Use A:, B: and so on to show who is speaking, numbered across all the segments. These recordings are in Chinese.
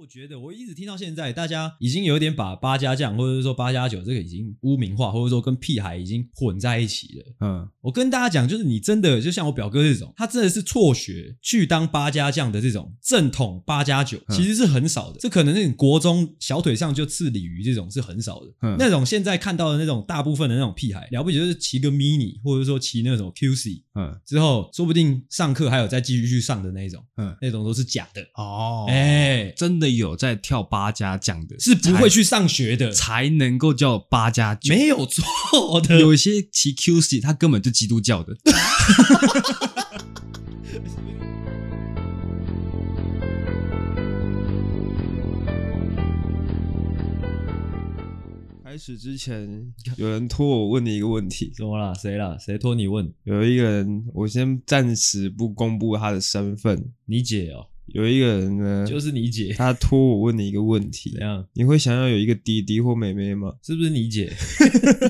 A: 我觉得我一直听到现在，大家已经有点把八加酱或者是说八加九这个已经污名化，或者说跟屁孩已经混在一起了。
B: 嗯，
A: 我跟大家讲，就是你真的就像我表哥这种，他真的是辍学去当八家将的这种正统八加九，
B: 嗯
A: 其实是很少的。这可能是你国中小腿上就刺鲤鱼这种是很少的。
B: 嗯
A: 那种现在看到的那种大部分的那种屁孩，了不起就是骑个 mini，或者说骑那种 QC
B: 嗯
A: 之后，说不定上课还有再继续去上的那一种，
B: 嗯
A: 那种都是假的。
B: 哦，
A: 哎、
B: 真的有在跳八加酱的，
A: 是不会去上学的，
B: 才能够叫八加九。
A: 没有错 的。
B: 有一些骑 QC，他根本就基督教的。
C: 开始之前，有人托我问你一个问题。
A: 怎么啦？谁啦？谁托你问？
C: 有一个人，我先暂时不公布他的身份。
A: 你姐哦，
C: 有一个人呢，
A: 就是你姐。
C: 他托我问你一个问题
A: 怎：样？
C: 你会想要有一个弟弟或妹妹吗？
A: 是不是你姐？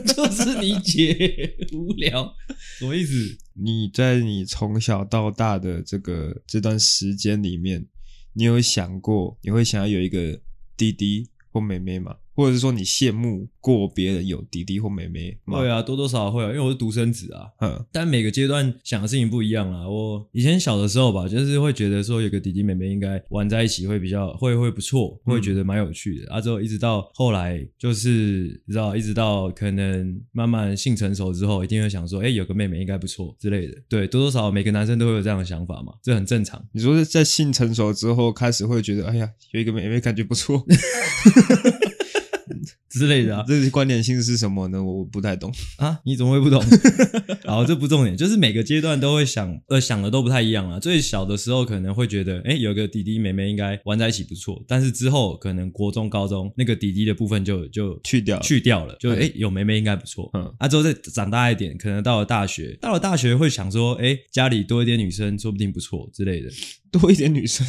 A: 就是你姐，无聊，什么意思？
C: 你在你从小到大的这个这段时间里面，你有想过你会想要有一个弟弟或妹妹吗？或者是说你羡慕过别人有弟弟或妹妹吗？
A: 会啊，多多少少会啊，因为我是独生子啊。
C: 嗯，
A: 但每个阶段想的事情不一样啦。我以前小的时候吧，就是会觉得说有个弟弟妹妹应该玩在一起会比较会会不错，
C: 嗯
A: 会觉得蛮有趣的。啊，之后一直到后来就是你知道，一直到可能慢慢性成熟之后，一定会想说，哎、有个妹妹应该不错之类的。对，多多少少每个男生都会有这样的想法嘛，这很正常。
C: 你说是在性成熟之后开始会觉得，哎呀，有一个妹妹感觉 不错。
A: 之类的啊，
C: 这是关联性是什么呢？我不太懂。
A: 啊，你怎么会不懂？ 好，这不重点，就是每个阶段都会想，呃，想的都不太一样啦。最小的时候可能会觉得，哎，有个弟弟妹妹应该玩在一起不错，但是之后可能国中、高中那个弟弟的部分就就
C: 去掉
A: 去掉了，就
C: 嗯
A: 哎、诶有妹妹应该不错。
C: 嗯
A: 啊，之后再长大一点，可能到了大学，到了大学会想说，哎，家里多一点女生，说不定不错之类的。
C: 多一点女生，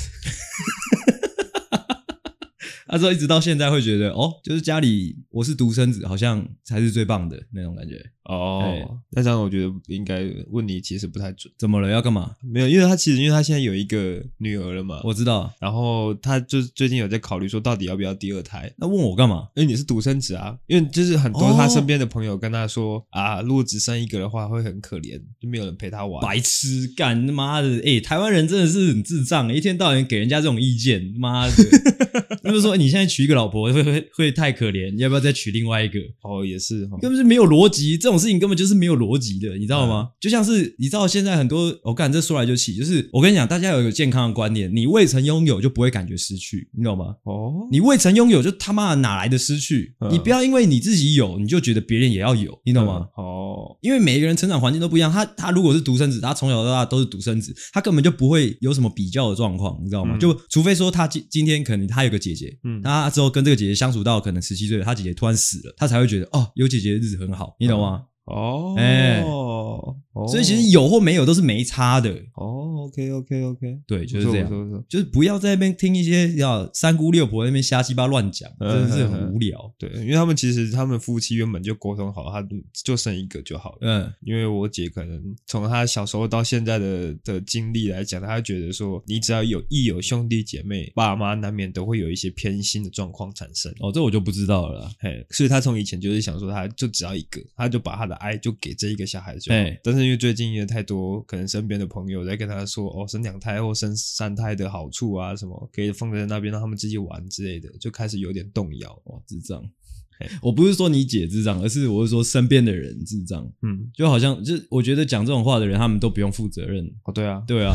A: 啊，之后一直到现在会觉得，哦，就是家里我是独生子，好像才是最棒的那种感觉。
C: 哦，那这样我觉得应该问你其实不太准。
A: 怎么了？要干嘛？
C: 没有，因为他其实因为他现在有一个女儿了嘛，
A: 我知道，啊
C: 然后他就是最近有在考虑说到底要不要第二胎。
A: 那问我干嘛？
C: 因为你是独生子啊，因为就是很多
A: 哦
C: 他身边的朋友跟他说、啊，如果只生一个的话会很可怜，就没有人陪他玩。
A: 白痴，干他妈的！哎、台湾人真的是很智障，一天到晚给人家这种意见，妈的！ 就是说哎你现在娶一个老婆会会会太可怜，要不要再娶另外一个？
C: 哦，也是哈、
A: 根本是没有逻辑，这种事情根本就是没有逻辑的，你知道吗？就像是你知道现在很多，我、干这说来就气，就是我跟你讲，大家有一个健康的观念，你未曾拥有就不会感觉失去，你懂吗？
C: 哦，
A: 你未曾拥有就他妈的哪来的失去？
C: 嗯
A: 你不要因为你自己有，你就觉得别人也要有，你懂吗？
C: 嗯哦，
A: 因为每一个人成长环境都不一样，他他如果是独生子，他从小到大都是独生子，他根本就不会有什么比较的状况，你知道吗？
C: 嗯
A: 就除非说他今今天可能他有个姐姐，
C: 嗯
A: 那他之后跟这个姐姐相处到可能十七岁了，他姐姐突然死了，他才会觉得哦，有姐姐的日子很好，你懂吗？
C: 哦，
A: 哎
C: 哦，
A: 所以其实有或没有都是没差的，
C: 哦，OK OK OK，
A: 对，就是这样。
C: 不错
A: 就是不要在那边听一些要三姑六婆在那边瞎鸡巴乱讲，真
C: 嗯
A: 的是很无聊。
C: 对，因为他们其实他们夫妻原本就沟通好，他就生一个就好了。
A: 嗯，
C: 因为我姐可能从她小时候到现在的的经历来讲，她觉得说，你只要有一有兄弟姐妹，爸妈难免都会有一些偏心的状况产生。
A: 哦，这我就不知道了啦。
C: 嘿，所以她从以前就是想说，她就只要一个，她就把她的爱就给这一个小孩就好
A: 嘿。
C: 但是因为最近因为太多可能身边的朋友在跟她说，哦，生两胎或生三胎的好处啊，什么可以放在那边让他们自己玩之类的，就开始有点动摇。
A: 哇，智障
C: 嘿！
A: 我不是说你姐智障，而是我是说身边的人智障。
C: 嗯，
A: 就好像就是我觉得讲这种话的人，他们都不用负责任。
C: 哦，对啊，
A: 对啊，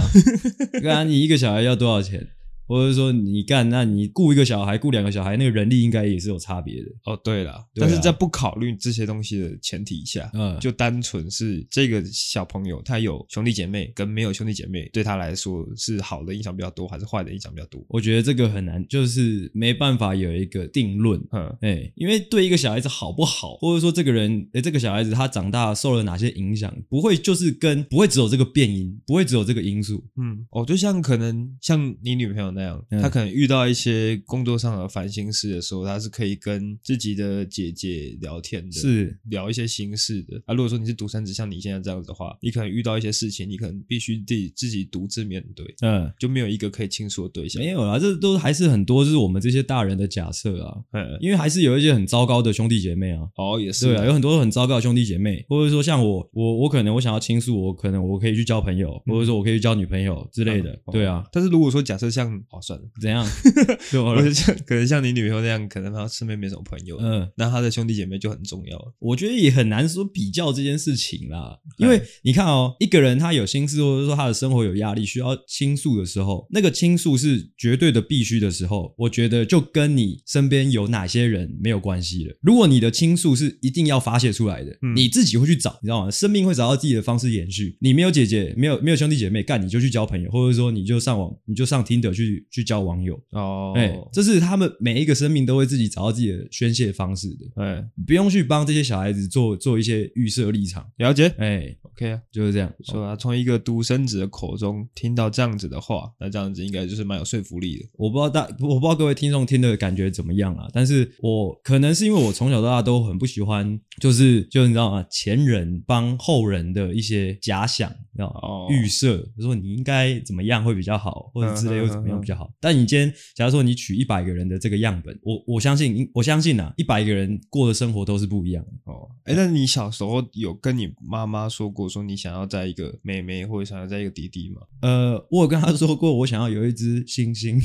A: 干你一个小孩要多少钱？或者说你干，那你雇一个小孩，雇两个小孩，那个人力应该也是有差别的。
C: 哦，对啦，
A: 对啊
C: 但是在不考虑这些东西的前提下，
A: 嗯，
C: 就单纯是这个小朋友他有兄弟姐妹跟没有兄弟姐妹，对他来说是好的影响比较多，还是坏的影响比较多？
A: 我觉得这个很难，就是没办法有一个定论。
C: 嗯，
A: 哎、因为对一个小孩子好不好，或者说这个人，哎、这个小孩子他长大受了哪些影响，不会就是跟不会只有这个变因，不会只有这个因素。
C: 嗯，哦，就像可能像你女朋友那样，
A: 嗯
C: 他可能遇到一些工作上的烦心事的时候，他是可以跟自己的姐姐聊天的，
A: 是
C: 聊一些心事的。啊，如果说你是独生子，像你现在这样子的话，你可能遇到一些事情，你可能必须自己自己独自面对，
A: 嗯，
C: 就没有一个可以倾诉的对象。
A: 没有啦，这都还是很多是我们这些大人的假设啊，
C: 嗯，
A: 因为还是有一些很糟糕的兄弟姐妹啊。
C: 哦，也是
A: 对啊，有很多很糟糕的兄弟姐妹，或者说像我，我我可能我想要倾诉，我可能我可以去交朋友，
C: 嗯
A: 或者说我可以去交女朋友之类的。
C: 哦
A: 对啊，
C: 但是如果说假设像，哦，算了，
A: 怎样？ 对啊我
C: 我是像可能像你女朋友那样，可能她身边没什么朋友，
A: 嗯，
C: 那她的兄弟姐妹就很重要了。
A: 我觉得也很难说比较这件事情啦，因为你看哦，一个人他有心事，或者说他的生活有压力，需要倾诉的时候，那个倾诉是绝对的必须的时候，我觉得就跟你身边有哪些人没有关系了。如果你的倾诉是一定要发泄出来的，
C: 嗯
A: 你自己会去找，你知道吗？生命会找到自己的方式延续。你没有姐姐，没有没有兄弟姐妹，干你就去交朋友，或者说你就上网，你就上 Tinder 去去交网友。
C: 哦
A: 哎、这是他们每一个生命都会自己找到自己的宣泄方式的。
C: 哎，
A: 不用去帮这些小孩子做做一些预设立场，
C: 了解
A: 哎、
C: ，OK 啊。
A: 就是这样。
C: 说啊，从一个独生子的口中听到这样子的话，那这样子应该就是蛮有说服力的。
A: 我不知道大，我不知道各位听众听的感觉怎么样啊？但是我可能是因为我从小到大都很不喜欢，就是就你知道吗？前人帮后人的一些假想，你知道吗？
C: 哦
A: 预设，就说你应该怎么样会比较好，或者之类
C: 嗯嗯
A: 会怎么样
C: 嗯
A: 比较好。但你今天假如说你取一百个人的这个样本，我我相信，我相信啊，一百个人过的生活都是不一样的。
C: 哦，哎，那你小时候有跟你妈妈说过，说你想要在一个妹妹或者想要在一个弟弟吗？
A: 呃，我有跟他说过，我想要有一只星星。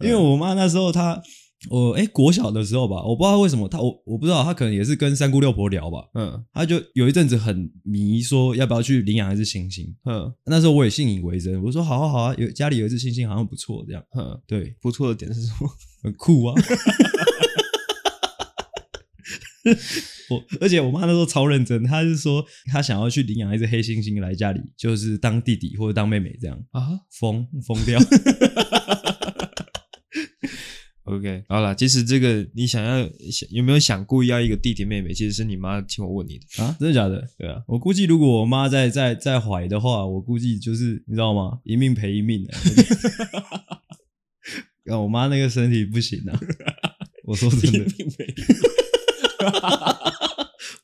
A: 因为我妈那时候她，我哎、国小的时候吧，我不知道为什么她，我我不知道她可能也是跟三姑六婆聊吧，
C: 嗯
A: 她就有一阵子很迷，说要不要去领养一只猩猩。
C: 嗯
A: 那时候我也信以为真，我说好啊好啊，有家里有一只猩猩好像不错，这样
C: 嗯，
A: 对，
C: 不错的点是什么？
A: 很酷啊。我而且我妈那时候超认真，她是说她想要去领养一只黑猩猩来家里，就是当弟弟或者当妹妹这样，
C: 啊
A: 疯疯 掉。
C: ，OK，好啦，其实这个你想要想有没有想过要一个弟弟妹妹，其实是你妈请我问你的。
A: 啊，真的假的？
C: 对啊，
A: 我估计如果我妈在在在怀的话，我估计就是你知道吗？一命赔一命、啊。啊我妈那个身体不行 啊！我说真的，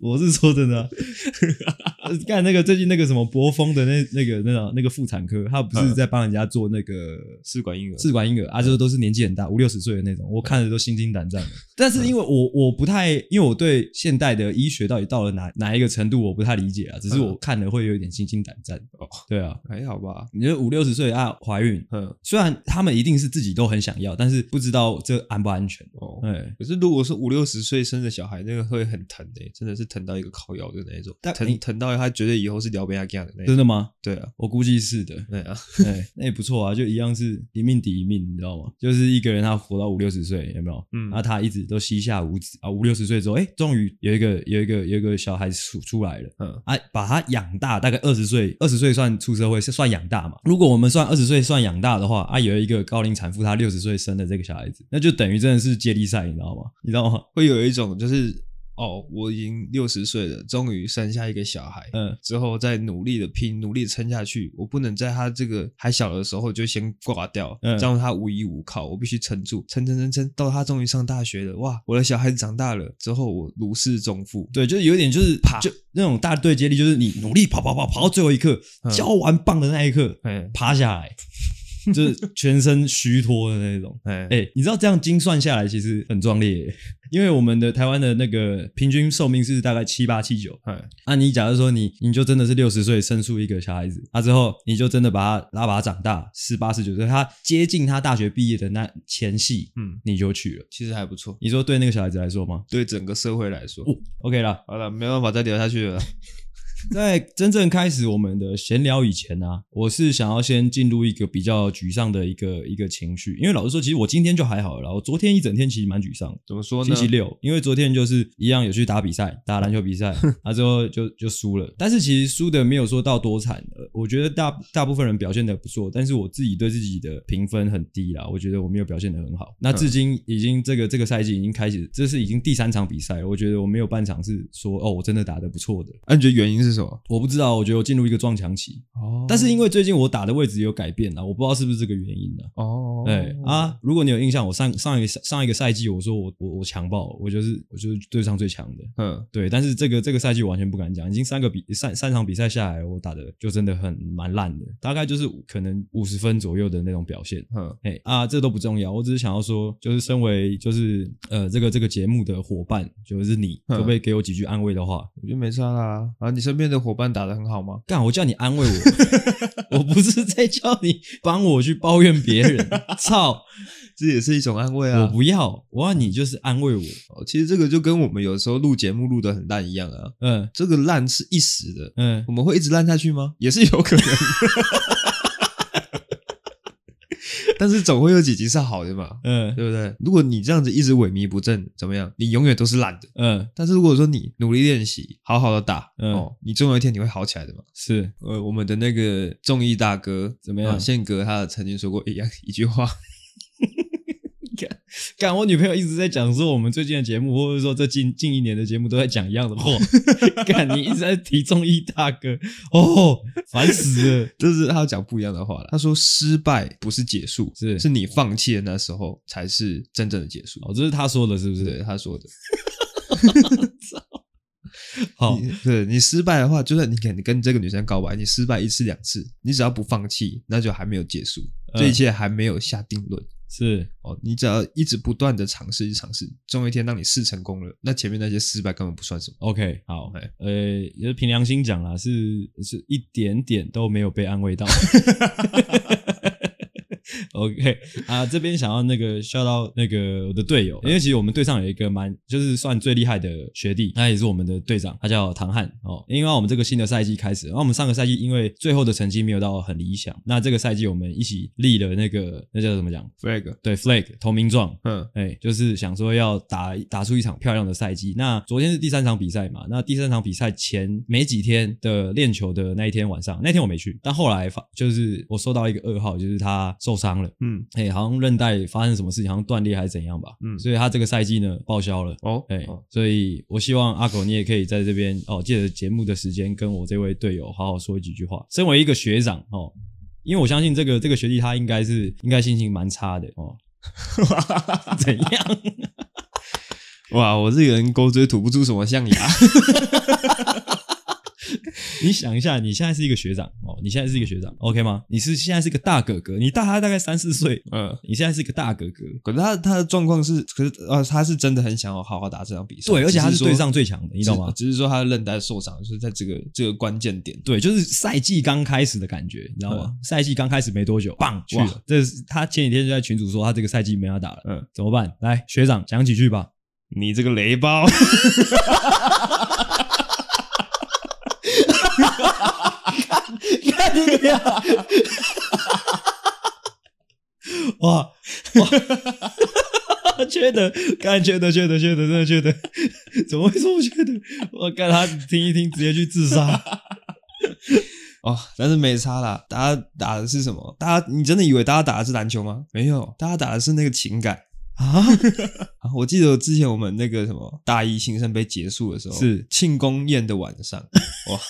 A: 我是说真的、啊。干那个最近那个什么博峰的那那个那个那个妇产科，他不是在帮人家做那个
C: 试管婴儿
A: 试管婴儿啊，就是都是年纪很大，五六十岁的那种，我看着都心惊胆战的。 但是因为我我不太，因为我对现代的医学到底到了哪哪一个程度，我不太理解啊，只是我看了会有一点心惊胆战。
C: 哦，
A: 对啊，
C: 还好吧？
A: 你觉得五六十岁啊怀孕，
C: 嗯
A: 虽然他们一定是自己都很想要，但是不知道这安不安全。
C: 哦，
A: 哎，
C: 可是如果是五六十岁生的小孩，那个会很疼的、真的是疼到一个靠腰的那一种，
A: 但你
C: 疼疼到他觉得以后是聊不下去的那
A: 真
C: 一种。
A: 的吗？
C: 对啊，
A: 我估计是的。
C: 对啊，
A: 哎，那也不错啊，就一样是一命抵一命，你知道吗？就是一个人他活到五六十岁，有没有？
C: 嗯
A: 那他一直都膝下无子啊，五六十岁之后，哎，终于有一个有一个有一个小孩出出来了。
C: 嗯，
A: 啊，把他养大，大概二十岁，二十岁算出社会是算养大嘛？如果我们算二十岁算养大的话，啊，有一个高龄产妇，她六十岁生的这个小孩子，那就等于真的是接力赛，你知道吗？你知道吗？
C: 会有一种就是哦，我已经六十岁了，终于生下一个小孩，
A: 嗯，
C: 之后再努力的拼，努力地撑下去，我不能在他这个还小的时候就先挂掉，
A: 嗯
C: 这样他无依无靠，我必须撑住，撑撑撑撑，到他终于上大学了，哇，我的小孩子长大了之后，我如释重负，
A: 对，就是有点就是
C: 啪
A: 就那种大队接力，就是你努力跑跑跑跑到最后一刻，
C: 嗯
A: 交完棒的那一刻，
C: 哎
A: 趴下来，就是全身虚脱的那种。
C: 哎
A: 哎、你知道这样精算下来其实很壮烈耶，因为我们的台湾的那个平均寿命是大概七八七九。
C: 哎，
A: 啊，你假如说你你就真的是六十岁生出一个小孩子，啊之后你就真的把他拉把他长大，十八十九岁，他接近他大学毕业的那前夕，
C: 嗯，
A: 你就去了。
C: 其实还不错。
A: 你说对那个小孩子来说吗、
C: 对整个社会来说，
A: 哦、？OK 啦，
C: 好了，没办法再聊下去了。
A: 在真正开始我们的闲聊以前啊，我是想要先进入一个比较沮丧的一个一个情绪，因为老实说，其实我今天就还好了啦，我昨天一整天其实蛮沮丧的。
C: 怎么说哦呢
A: 星？期六，因为昨天就是一样有去打比赛，打篮球比赛，啊之后就就输了，但是其实输的没有说到多惨，呃，的，我觉得大大部分人表现的不错，但是我自己对自己的评分很低啦，我觉得我没有表现的很好。那至今已经这个这个赛季已经开始，这是已经第三场比赛了，我觉得我没有半场是说哦，我真的打得不错的。
C: 啊，你觉得原因是什么？
A: 我不知道，我觉得我进入一个撞墙期，
C: 哦
A: 但是因为最近我打的位置有改变了，我不知道是不是这个原因呢、
C: 哦，
A: 对啊，如果你有印象，我上上一个上一个赛季，我说我我我强爆，我就是我就是队上最强的，
C: 嗯，
A: 对。但是这个这个赛季我完全不敢讲，已经三个比三三场比赛下来，我打的就真的很蛮烂的，大概就是可能五十分左右的那种表现。
C: 嗯
A: 哎啊，这都不重要，我只是想要说，就是身为就是呃这个这个节目的伙伴，就是你，
C: 嗯
A: 可不可以给我几句安慰的话？
C: 我觉得没差啦。啊，你身边的伙伴打得很好吗？
A: 干，我叫你安慰 我，我不是在叫你帮我去抱怨别人，操！
C: 这也是一种安慰啊。
A: 我不要，我要你就是安慰我。
C: 哦其实这个就跟我们有时候录节目录得很烂一样啊，
A: 嗯
C: 这个烂是一时的，
A: 嗯
C: 我，们会一直烂下去吗？也是有可能。 但是总会有几集是好的嘛，
A: 嗯
C: 对不对？如果你这样子一直萎靡不振，怎么样？你永远都是烂的。
A: 嗯，
C: 但是如果说你努力练习，好好的打，
A: 嗯
C: 哦，你总有一天你会好起来的嘛。
A: 是
C: 呃，我们的那个综艺大哥
A: 怎么样
C: 啊宪哥他曾经说过一样一句 话，
A: 干，我女朋友一直在讲说，我们最近的节目，或者说这近近一年的节目，都在讲一样的 话。干，你一直在提中医大哥，哦，烦死了。
C: 就是他讲不一样的话了。他说失败不是结束，
A: 是
C: 是你放弃的那时候才是真正的结束。
A: 哦，这是他说的，是不
C: 对
A: 是？
C: 他说的，
A: 好，
C: 你对你失败的话，就算你跟你跟这个女生告白，你失败一次两次，你只要不放弃，那就还没有结束，
A: 嗯
C: 这一切还没有下定论。
A: 是
C: 哦，你只要一直不断的尝试，一直尝试，总有一天让你试成功了，那前面那些失败根本不算什么。
A: OK，好
C: 哎，
A: 呃，也是凭良心讲啦，是是一点点都没有被安慰到。OK 啊，这边想要那个笑到那个我的队友，因为其实我们队上有一个蛮就是算最厉害的学弟，他也是我们的队长，他叫唐汉哦。因为我们这个新的赛季开始，然后我们上个赛季因为最后的成绩没有到很理想，那这个赛季我们一起立了那个那叫怎么讲？
C: flag，
A: 对，flag 投名状，
C: 嗯
A: 哎、就是想说要打打出一场漂亮的赛季。那昨天是第三场比赛嘛？那第三场比赛前没几天的练球的那一天晚上，那天我没去，但后来发就是我收到一个噩耗，就是他受伤了，
C: 嗯，
A: 哎、好像韧带发生什么事情，好像断裂还是怎样吧，
C: 嗯
A: 所以他这个赛季呢报销了。
C: 哦，
A: 哎、
C: 哦
A: 所以我希望阿狗你也可以在这边哦，借着节目的时间跟我这位队友好好说几句话。身为一个学长哦，因为我相信这个这个学弟他应该是应该心情蛮差的 哦，怎样？
C: 哇，我这个人勾嘴吐不出什么象 牙。
A: 你想一下，你现在是一个学长哦，你现在是一个学长，OK 吗？你是现在是一个大哥哥，你大他大概三四岁，
C: 嗯，
A: 你现在是一个大哥哥，
C: 可是他他的状况是，可是呃，他是真的很想要好好打这场比赛，
A: 对，而且他
C: 只
A: 是
C: 说
A: 队上最强的，你懂吗？
C: 只只是说他的韧带受伤，就是在这个这个关键点。
A: 对，就是赛季刚开始的感觉，你知道
C: 嗯
A: 吗？赛季刚开始没多久，棒去
C: 哇
A: 了。这是他前几天就在群主说他这个赛季没要打了，
C: 嗯
A: 嗯，怎么办？来，学长讲几句吧。
C: 你这个雷包，
A: 看你俩，哇 哇，缺德，干缺德，缺德，缺德，真的缺德， 怎么会说不缺德？我干他听一听，直接去自 杀。
C: 哦，但是没差啦。大家打的是什么？大家你真的以为大家打的是篮球吗？没有，大家打的是那个情感啊。 啊我记得之前我们那个什么大一新生杯结束的时候，
A: 是
C: 庆功宴的晚上，哇，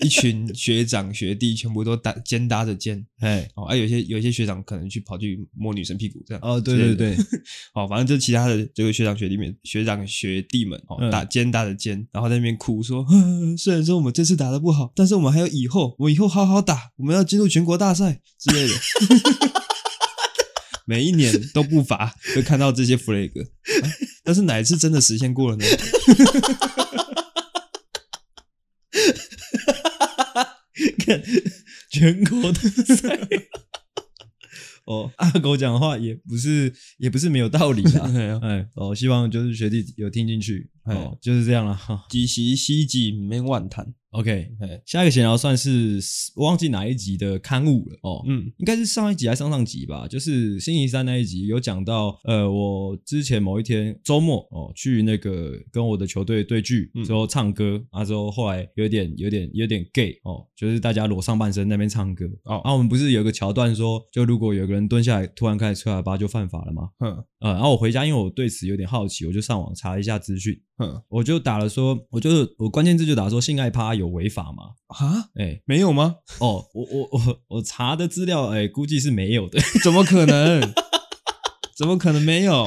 C: 一群学长学弟全部都搭肩搭着肩。
A: 哎，
C: 哦，啊，有些有些学长可能去跑去摸女生屁股这样。
A: 哦，对对对，
C: 哦，反正就其他的这个学长学弟们、学长学弟们哦，
A: 嗯
C: 打肩搭着肩，然后在那边哭说 呵呵：“虽然说我们这次打的不好，但是我们还有以后，我们以后好好打，我们要进入全国大赛之类的。” 每一年都不乏会看到这些 flag，、啊但是哪一次真的实现过了 呢？
A: 看全国大赛。 哦， 阿狗 讲的话也不是也不是没有道理啦。
C: 哎呀
A: 哎，哦，希望就是学弟有听进去哦，就是这样了。哈
C: 几时西几免万谈，
A: OK，
C: 哎，
A: 下一个闲聊算是我忘记哪一集的刊物了哦，
C: 嗯
A: 应该是上一集还是上上集吧，就是星期三那一集有讲到，呃，我之前某一天周末哦去那个跟我的球队对剧
C: 嗯
A: 之后唱歌，啊之后后来有点有点有点 gay 哦，就是大家裸上半身那边唱歌
C: 哦
A: 啊，我们不是有个桥段说，就如果有个人蹲下来突然开始吹喇叭就犯法了吗？
C: 哼
A: 呃，然后我回家，因为我对此有点好奇，我就上网查一下资讯，
C: 哼
A: 我就打了说，我就我关键字就打说性爱趴有违法吗？
C: 啊，
A: 哎、
C: 没有吗？
A: 哦，我我我我查的资料，哎、估计是没有的。
C: 怎么可能？ 怎么可能没有？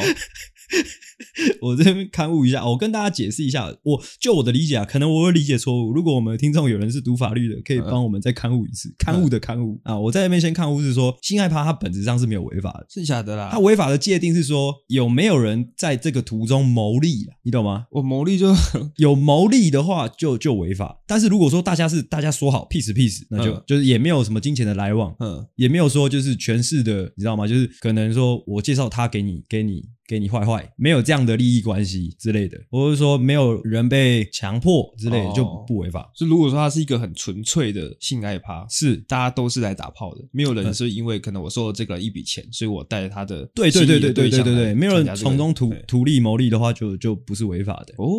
A: 我这边刊物一下，我跟大家解释一下，我就我的理解啊，可能我有理解错误。如果我们听众有人是读法律的，可以帮我们再刊物一次，刊物的刊物啊。我在那边先刊物是说，性爱趴它本质上是没有违法的，
C: 是假的啦
A: 它。违法的界定是说有没有人在这个途中牟利啊，你懂吗？
C: 我牟利就
A: 有牟利的话就就违法，但是如果说大家是大家说好 peace peace，那就、
C: 嗯
A: 就是也没有什么金钱的来往，
C: 嗯
A: 也没有说就是全市的，你知道吗？就是可能说我介绍他给你，给你，给你坏坏，没有这样的利益关系之类的，或者说没有人被强迫之类的，
C: 哦
A: 就不违法。
C: 就如果说它是一个很纯粹的性爱趴，
A: 是
C: 大家都是来打炮的，没有人
A: 嗯
C: 是因为可能我收了这个一笔钱，所以我带着他的
A: 对对对对对对
C: 心仪的
A: 对
C: 象
A: 对，
C: 来
A: 没有
C: 参加
A: 人
C: 这个
A: 从中图
C: 对
A: 图利牟利的话就，就不是违法的。
C: 哦，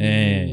A: 哎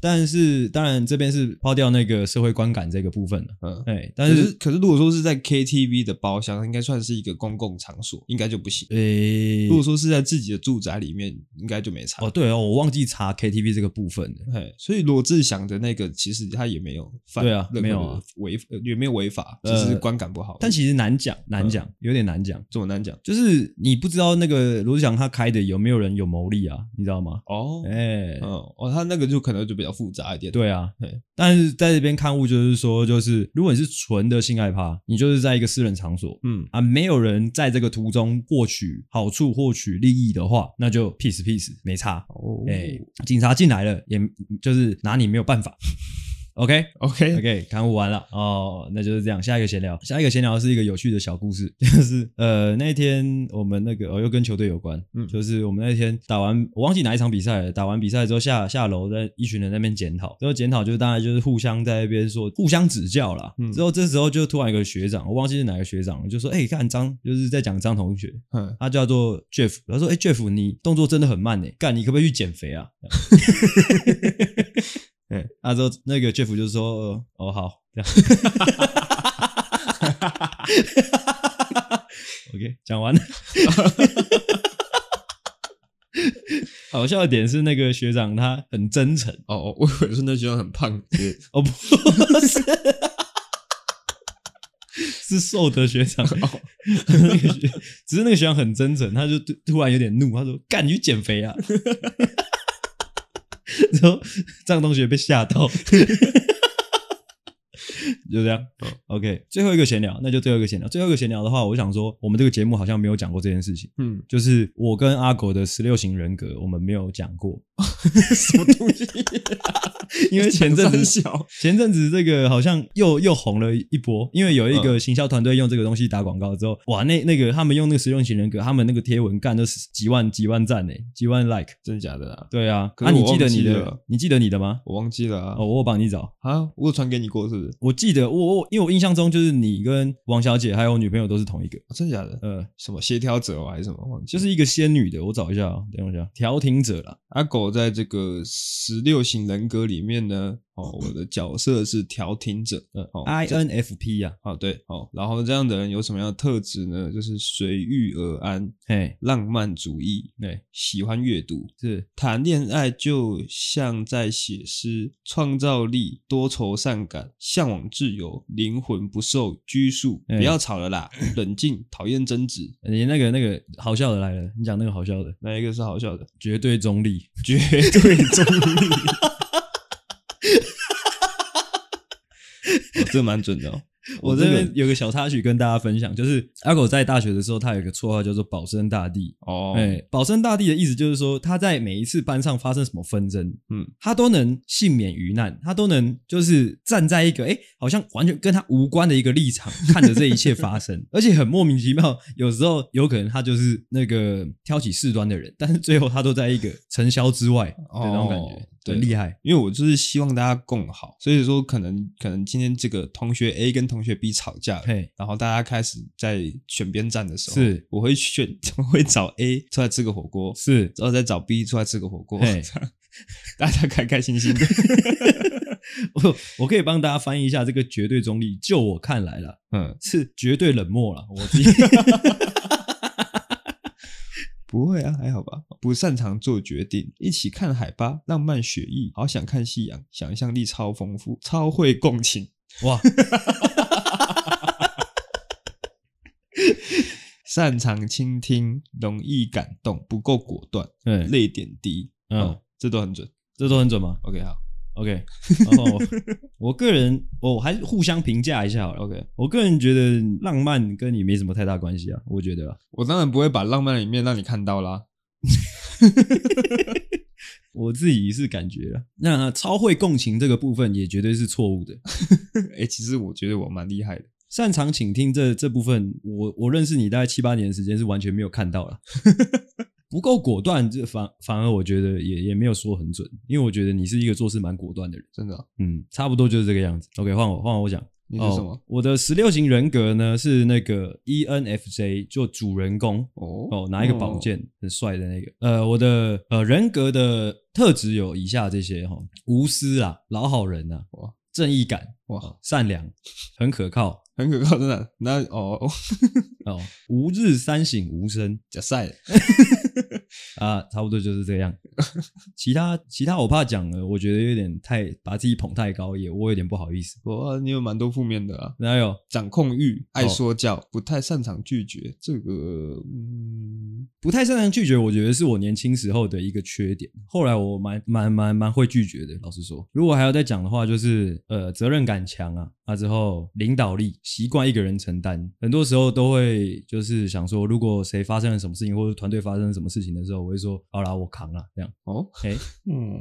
A: 但是当然这边是抛掉那个社会观感这个部分了。
C: 嗯。
A: 哎，
C: 但
A: 但
C: 是
A: 是
C: 可是如果说是在 KTV 的包厢，应该算是一个公共场所，应该就不行。
A: 诶
C: 如，果说是在自己的住宅里面，应该就没差。
A: 哦对哦，我忘记查 KTV 这个部分了。
C: 嘿，所以罗志祥的那个其实他也没有犯
A: 对啊
C: 任何
A: 没有啊
C: 违呃也没有违法，只
A: 呃
C: 是观感不好。
A: 但其实难讲，难讲，
C: 嗯
A: 有点难讲。
C: 这么难讲
A: 就是你不知道那个罗志祥他开的有没有人有牟利啊，你知道吗？
C: 哦，
A: 哎、
C: 嗯哦，他那个就可能就比较复杂一点。，
A: 对啊
C: 对，
A: 但是在这边刊物就是说，就是如果你是纯的性爱趴，你就是在一个私人场所
C: 嗯，
A: 啊，没有人在这个途中获取好处、获取利益的话，那就 peace peace 没差。
C: 哦
A: 哎、警察进来了，也就是拿你没有办法。OK，
C: ，OK，
A: OK，刊物完了哦，那就是这样。下一个闲聊，下一个闲聊是一个有趣的小故事， 就是呃那天我们那个哦又跟球队有关，
C: 嗯
A: 就是我们那天打完我忘记哪一场比赛了，打完比赛之后下下楼在一群人在那边检讨，之后检讨就是大家就是互相在那边说互相指教啦。
C: 嗯
A: 之后这时候就突然有个学长，我忘记是哪个学长了，就说哎、看张就是在讲张同学，
C: 嗯，
A: 他叫做 Jeff，他说哎、Jeff 你动作真的很慢呢、干你可不可以去减肥啊？
C: 对，
A: 啊之后那个 Jeff 就说呃哦好这样。OK，讲完了。 好笑的点是，那个学长他很真诚，
C: 哦哦，我以为是那学生很胖，对
A: 哦不是， 是瘦的学长，那个学 只是那个学长很真诚，他就突突然有点怒，他说：“干，你去减肥啊！” 然后张同学被吓到， 就这样。OK，最后一个闲聊，那就最后一个闲聊。最后一个闲聊的话，我想说，我们这个节目好像没有讲过这件事情，
C: 嗯，
A: 就是我跟阿狗的十六型人格，我们没有讲过，
C: 什么东西？
A: 因为前阵子
C: 很小，
A: 前阵子这个好像又又红了一波，因为有一个行销团队用这个东西打广告之后，哇，那那个他们用那个实用型人格，他们那个贴文干都是几万几万赞呢、几万 like。
C: 真的假的啦？
A: 对啊，
C: 可
A: 那、
C: 是
A: 你
C: 我
A: 记得
C: 忘记
A: 你的
C: 了，
A: 你记得你的吗？
C: 我忘记了啊
A: 哦，，我有帮你找。
C: 啊，我有传给你过是不是？
A: 我记得我我因为我印象中就是你跟王小姐还有我女朋友都是同一个，
C: 哦真的假的？
A: 呃，
C: 什么协调者哦还是什么？忘记
A: 就
C: 了。
A: 是一个仙女的，我找一下、哦，等我一下，调停者啦。
C: 阿狗在这个十六型人格里面呢，哦，我的角色是调停者，嗯，哦
A: INFP 呀、
C: 哦，对，哦，然后这样的人有什么样的特质呢？就是随遇而安、
A: 嘿，
C: 浪漫主义、
A: 对，
C: 喜欢阅读、
A: 是
C: 谈恋爱，就像在写诗，创造力、多愁善感、向往自由、灵魂不受拘束。
A: 嗯
C: 不要吵了 啦，冷静，讨厌争执。
A: 你那个那个好笑的来了，你讲那个好笑的，
C: 哪一个是好笑的？哦
A: 绝对中立，
C: 绝对中 立。哦这蛮准的哦，
A: 我这
C: 这个
A: 边有个小插曲跟大家分享，就是阿狗在大学的时候，他有一个绰号叫做“保生大帝”。
C: 哦，
A: 哎、保生大帝的意思就是说，他在每一次班上发生什么纷争，嗯
C: 嗯，
A: 他都能幸免于难，他都能就是站在一个哎、好像完全跟他无关的一个立场，看着这一切发 生，而且很莫名其妙。有时候有可能他就是那个挑起事端的人，但是最后他都在一个尘嚣之外的那种感觉，
C: 哦
A: 很
C: 对
A: 厉害。
C: 因为我就是希望大家共好，所以说可能可能今天这个同学 A 跟同学 B 吵架了，
A: 嘿，
C: 然后大家开始在选边站的时候，
A: 是
C: 我会选 我会找 A 出来吃个火锅，
A: 是
C: 然后再找 B 出来吃个火锅，
A: 嘿
C: 这样大家开开心心的。
A: 我我可以帮大家翻译一下这个绝对中立，就我看来啦，
C: 嗯，
A: 是绝对冷漠 了。我自己
C: 不会啊，还好吧。不擅长做决定，一起看海吧，浪漫雪意，好想看夕阳，想象力超丰富，超会共情。
A: 哇，
C: 擅长倾听，容易感动，不够果断，
A: 对，
C: 泪点低，
A: 嗯
C: 嗯，这都很准。
A: 这都很准吗？
C: OK，好
A: OK，然后我个人，我还是互相评价一下好了。
C: ，OK。
A: 我个人觉得浪漫跟你没什么太大关系啊，我觉得啊，
C: 我当然不会把浪漫的一面让你看到啦。
A: 我自己是感觉啊。那超会共情这个部分也绝对是错误的。
C: 哎、其实我觉得我蛮厉害的，
A: 擅长倾听这这部分，我我认识你大概七八年的时间是完全没有看 到了，不够果断，这反反而我觉得也也没有说很准，因为我觉得你是一个做事蛮果断的人，
C: 真的啊、
A: 嗯，差不多就是这个样子。OK，换我换我讲，
C: 你是什么
A: 哦？我的十六型人格呢是那个 E ENFJ，就主人公
C: 哦
A: 哦，拿一个宝剑，很帅的那个。呃，我的呃人格的特质有以下这些哈、哦：无私啊，老好人啊
C: 哇，
A: 正义感，哦
C: 哇，
A: 善良，很可靠
C: 很可靠，真的。那哦， 哦
A: 哦，无日三省吾身
C: 假赛了，
A: 啊，差不多就是这样。 其他其他我怕讲了，我觉得有点太把自己捧太高，也我有点不好意思。
C: 哇，哦你有蛮多负面的啊。
A: 哪有？
C: 掌控欲，爱
A: 哦
C: 说教，不太擅长拒绝，这个嗯，
A: 不太擅长拒绝，我觉得是我年轻时候的一个缺点。后来我蛮蛮蛮蛮会拒绝的，老实说。如果还要再讲的话，就是呃责任感强啊，啊之后领导力，习惯一个人承担，很多时候都会就是想说，如果谁发生了什么事情，或者团队发生了什么事情的时候，我会说好啦，我扛了这样。
C: 哦，
A: 哎、
C: 嗯，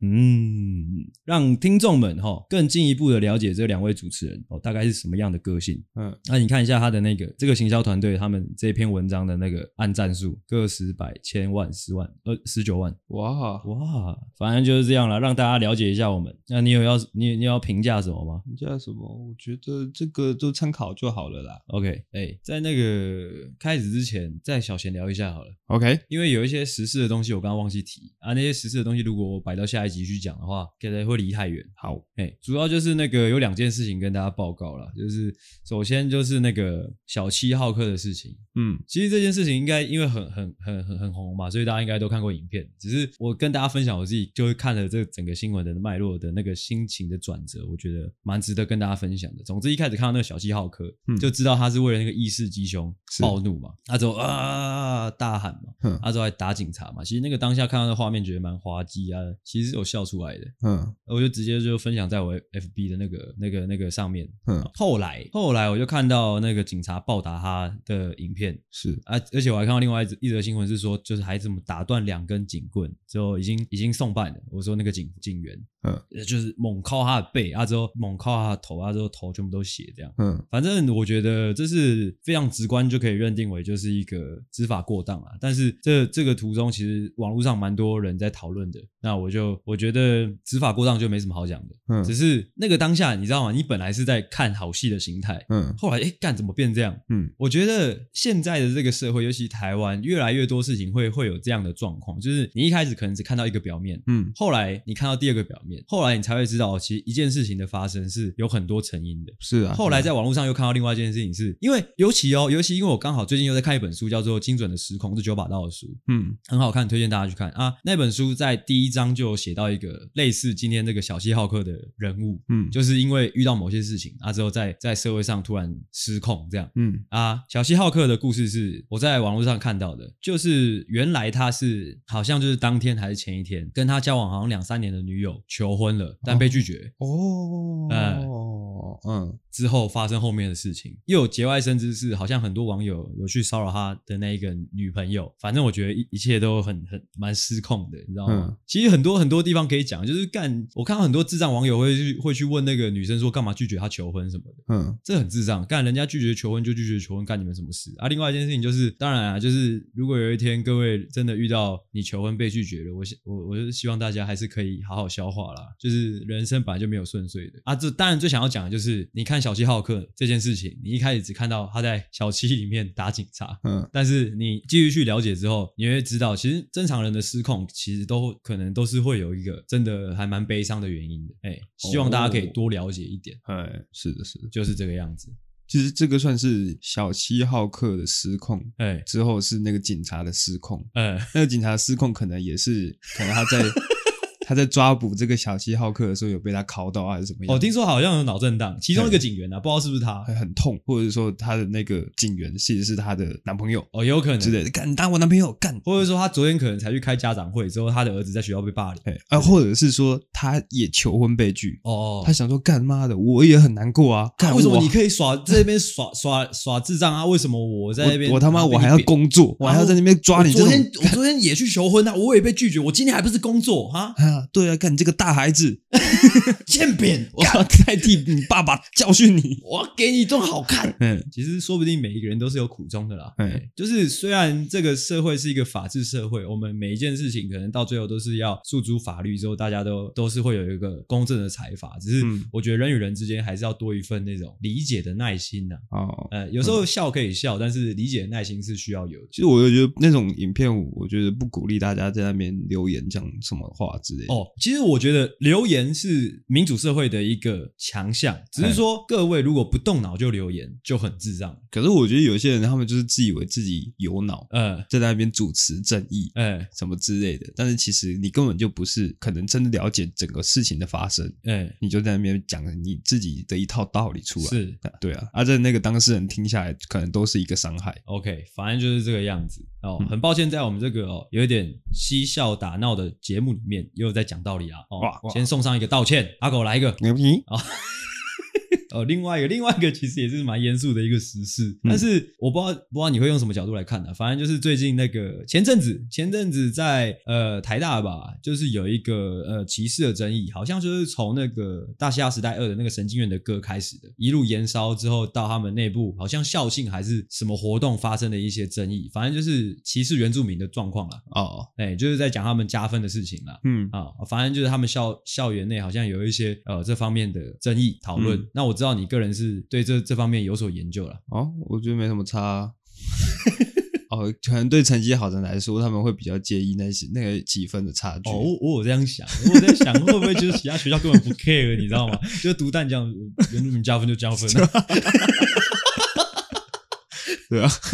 A: 嗯，让听众们哈、更进一步的了解这两位主持人哦，大概是什么样的个性。
C: 嗯，
A: 那、你看一下他的那个这个行销团队他们这篇文章的那个按赞数，个十百千万十万呃十九万，
C: 哇，
A: 哇，反正就是这样了，让大家了解一下我们。那你有要你你要评价什么吗
C: 你叫什么？我觉得这个就参考就好了啦。
A: ？OK，哎、在那个开始之前，再小闲聊一下好了。
C: OK，
A: 因为有一些时事的东西，我刚刚忘记提啊。那些时事的东西，如果我摆到下一集去讲的话，可能会离太远。
C: 好，
A: 哎、主要就是那个有两件事情跟大家报告了，就是首先就是那个小七好客的事情。
C: 嗯，
A: 其实这件事情应该因为很很很很很红嘛，所以大家应该都看过影片。只是我跟大家分享我自己就是看了这整个新闻的脉络的那个心情的转折，我觉得蛮值得跟大家分享的。总之一开始看到那个小七浩克，
C: 嗯
A: 就知道他是为了那个义士鸡胸
C: 是
A: 暴怒嘛，他之后啊大喊嘛，
C: 哼，
A: 他之后还打警察嘛。其实那个当下看到那画面，觉得蛮滑稽啊，其实有笑出来的。
C: 嗯，
A: 我就直接就分享在我 FB 的那个、那个、那个上面。
C: 嗯
A: 后来，后来我就看到那个警察暴打他的影片
C: 是，
A: 啊，而且我还看到另外一则一则新闻是说，就是还怎么打断两根警棍，之后已经已经送办了。我说那个警警员，
C: 嗯
A: 呃，就是猛敲他的背啊，之后猛敲他的头啊，之后头全部都血这样。
C: 嗯，
A: 反正我觉得这是非常直观就可以认定为就是一个执法过当啊。但是这这个途中，其实网络上蛮多人在讨论的。那我就我觉得执法过当就没什么好讲的，
C: 嗯
A: 只是那个当下你知道吗？你本来是在看好戏的心态，
C: 嗯，
A: 后来哎干怎么变这样？
C: 嗯，
A: 我觉得现在的这个社会，尤其台湾，越来越多事情会会有这样的状况，就是你一开始可能只看到一个表面，
C: 嗯，
A: 后来你看到第二个表面，后来你才会知道，哦其实一件事情的发生是有很多成因的。
C: 是啊。
A: 后来
C: 是
A: 在
C: 啊
A: 网络上又看到另外一件事情是，因为尤其哦，尤其因为我刚好最近又在看一本书，叫做《精准的时空》，是九把刀的书，
C: 嗯
A: 很好看，推荐大家去看啊。那本书在第一章就有写到一个类似今天这个小气好客的人物，
C: 嗯
A: 就是因为遇到某些事情啊之后在在社会上突然失控这样。
C: 嗯
A: 啊，小西浩克的故事是我在网络上看到的，就是原来他是好像就是当天还是前一天跟他交往好像两三年的女友求婚了，但被拒绝。
C: 哦
A: 哎
C: 嗯
A: 之后发生后面的事情，又有节外生枝是好像很多网友有去骚扰他的那一个女朋友，反正我觉得一一切都很很蛮失控的，你知道吗？
C: 嗯
A: 其实很多很多地方可以讲，就是干我看到很多智障网友会去会去问那个女生说干嘛拒绝她求婚什么的。
C: 嗯
A: 这很智障，干人家拒绝求婚就拒绝求婚，干你们什么事啊？另外一件事情就是，当然啊，就是如果有一天各位真的遇到你求婚被拒绝了，我希我我是希望大家还是可以好好消化啦。就是人生本来就没有顺遂的啊。这当然最想要讲的就是，你看小七好客这件事情，你一开始只看到他在小七里面打警察。
C: 嗯
A: 但是你继续去了解之后，你会知道，其实正常人的失控，其实都可能都是会有一个真的还蛮悲伤的原因的。哎、希望大家可以
C: 哦
A: 多了解一点，
C: 哎，是的，是的，
A: 就是这个样子。
C: 其实这个算是小七好客的失控。
A: 哎、
C: 之后是那个警察的失控，
A: 呃，
C: 那个警察失控可能也是，可能他 在他在抓捕这个小七好客的时候有被他拷到啊还是怎么样？
A: 我、哦听说好像有脑震荡，其中
C: 嗯
A: 一个警员啊，不知道是不是他，
C: 还很痛，或者说他的那个警员其实是他的男朋友
A: 哦，也有可
C: 之
A: 能，
C: 类的，干你打我男朋友干，
A: 或者说他昨天可能才去开家长会，之后他的儿子在学校被霸凌，
C: 哎啊，或者是说他也求婚被拒，
A: 哦，
C: 他想说干妈的我也很难过啊，干
A: 为什么
C: 我
A: 你可以耍这边耍耍耍智障啊？为什么我在那边
C: 我我他妈
A: 然后被
C: 我
A: 你
C: 还要
A: 扁
C: 工作，我还要在那边抓你这
A: 啊我昨
C: 种
A: 天我昨天也去求婚啊，我也被拒绝，我今天还不是工作哈，
C: 啊，对啊，干你这个大孩子，
A: 欠扁，
C: 我要代替你爸爸教 训你，
A: 我要给你一顿好看。
C: 嗯
A: 其实说不定每一个人都是有苦衷的啦。哎
C: 嗯
A: 就是虽然这个社会是一个法治社会，我们每一件事情可能到最后都是要诉诸法律之后，大家都都是会有一个公正的裁罚。只是
C: 嗯
A: 我觉得人与人之间还是要多一份那种理解的耐心呐、
C: 哦。
A: 呃，有时候笑可以笑，但是理解的耐心是需要有的
C: 其。实我就觉得那种影片，我觉得不鼓励大家在那边留言讲什么话之类的。
A: 哦，其实我觉得留言是民主社会的一个强项，只是说各位如果不动脑就留言，就很智障。
C: 可是我觉得有些人他们就是自以为自己有脑，
A: 呃，
C: 在那边主持正义
A: 哎、
C: 什么之类的，但是其实你根本就不是可能真的了解整个事情的发生，
A: 哎、
C: 你就在那边讲你自己的一套道理出来。
A: 是。
C: 啊，对啊，啊，在那个当事人听下来，可能都是一个伤害。
A: OK，反正就是这个样子
C: 嗯
A: 哦。很抱歉，在我们这个哦有一点嬉笑打闹的节目里面，也有在讲道理啊。哦
C: 哇，哇
A: 先送上一个道歉，阿狗来一个。
C: 牛皮，
A: 哦，另外一个，另外一个其实也是蛮严肃的一个时事，
C: 嗯
A: 但是我不知道不知道你会用什么角度来看呢、反正就是最近那个前阵子前阵子在呃台大吧，就是有一个呃歧视的争议，好像就是从那个大西亚时代二的那个神经元的歌开始的，一路延烧之后到他们内部好像校庆还是什么活动发生的一些争议，反正就是歧视原住民的状况啦，
C: 哦，
A: 哎，就是在讲他们加分的事情啦。
C: 嗯
A: 啊，反正就是他们校校园内好像有一些呃这方面的争议讨论。
C: 嗯
A: 那我知道你个人是对这这方面有所研究了。
C: 哦，我觉得没什么差啊、哦，可能对成绩好的人来说，他们会比较介意那些那个几分的差距。
A: 哦，我我有这样想，我在想会不会就是其他学校根本不 care，你知道吗？就读淡江原住民加分就加分啊了，
C: 对啊，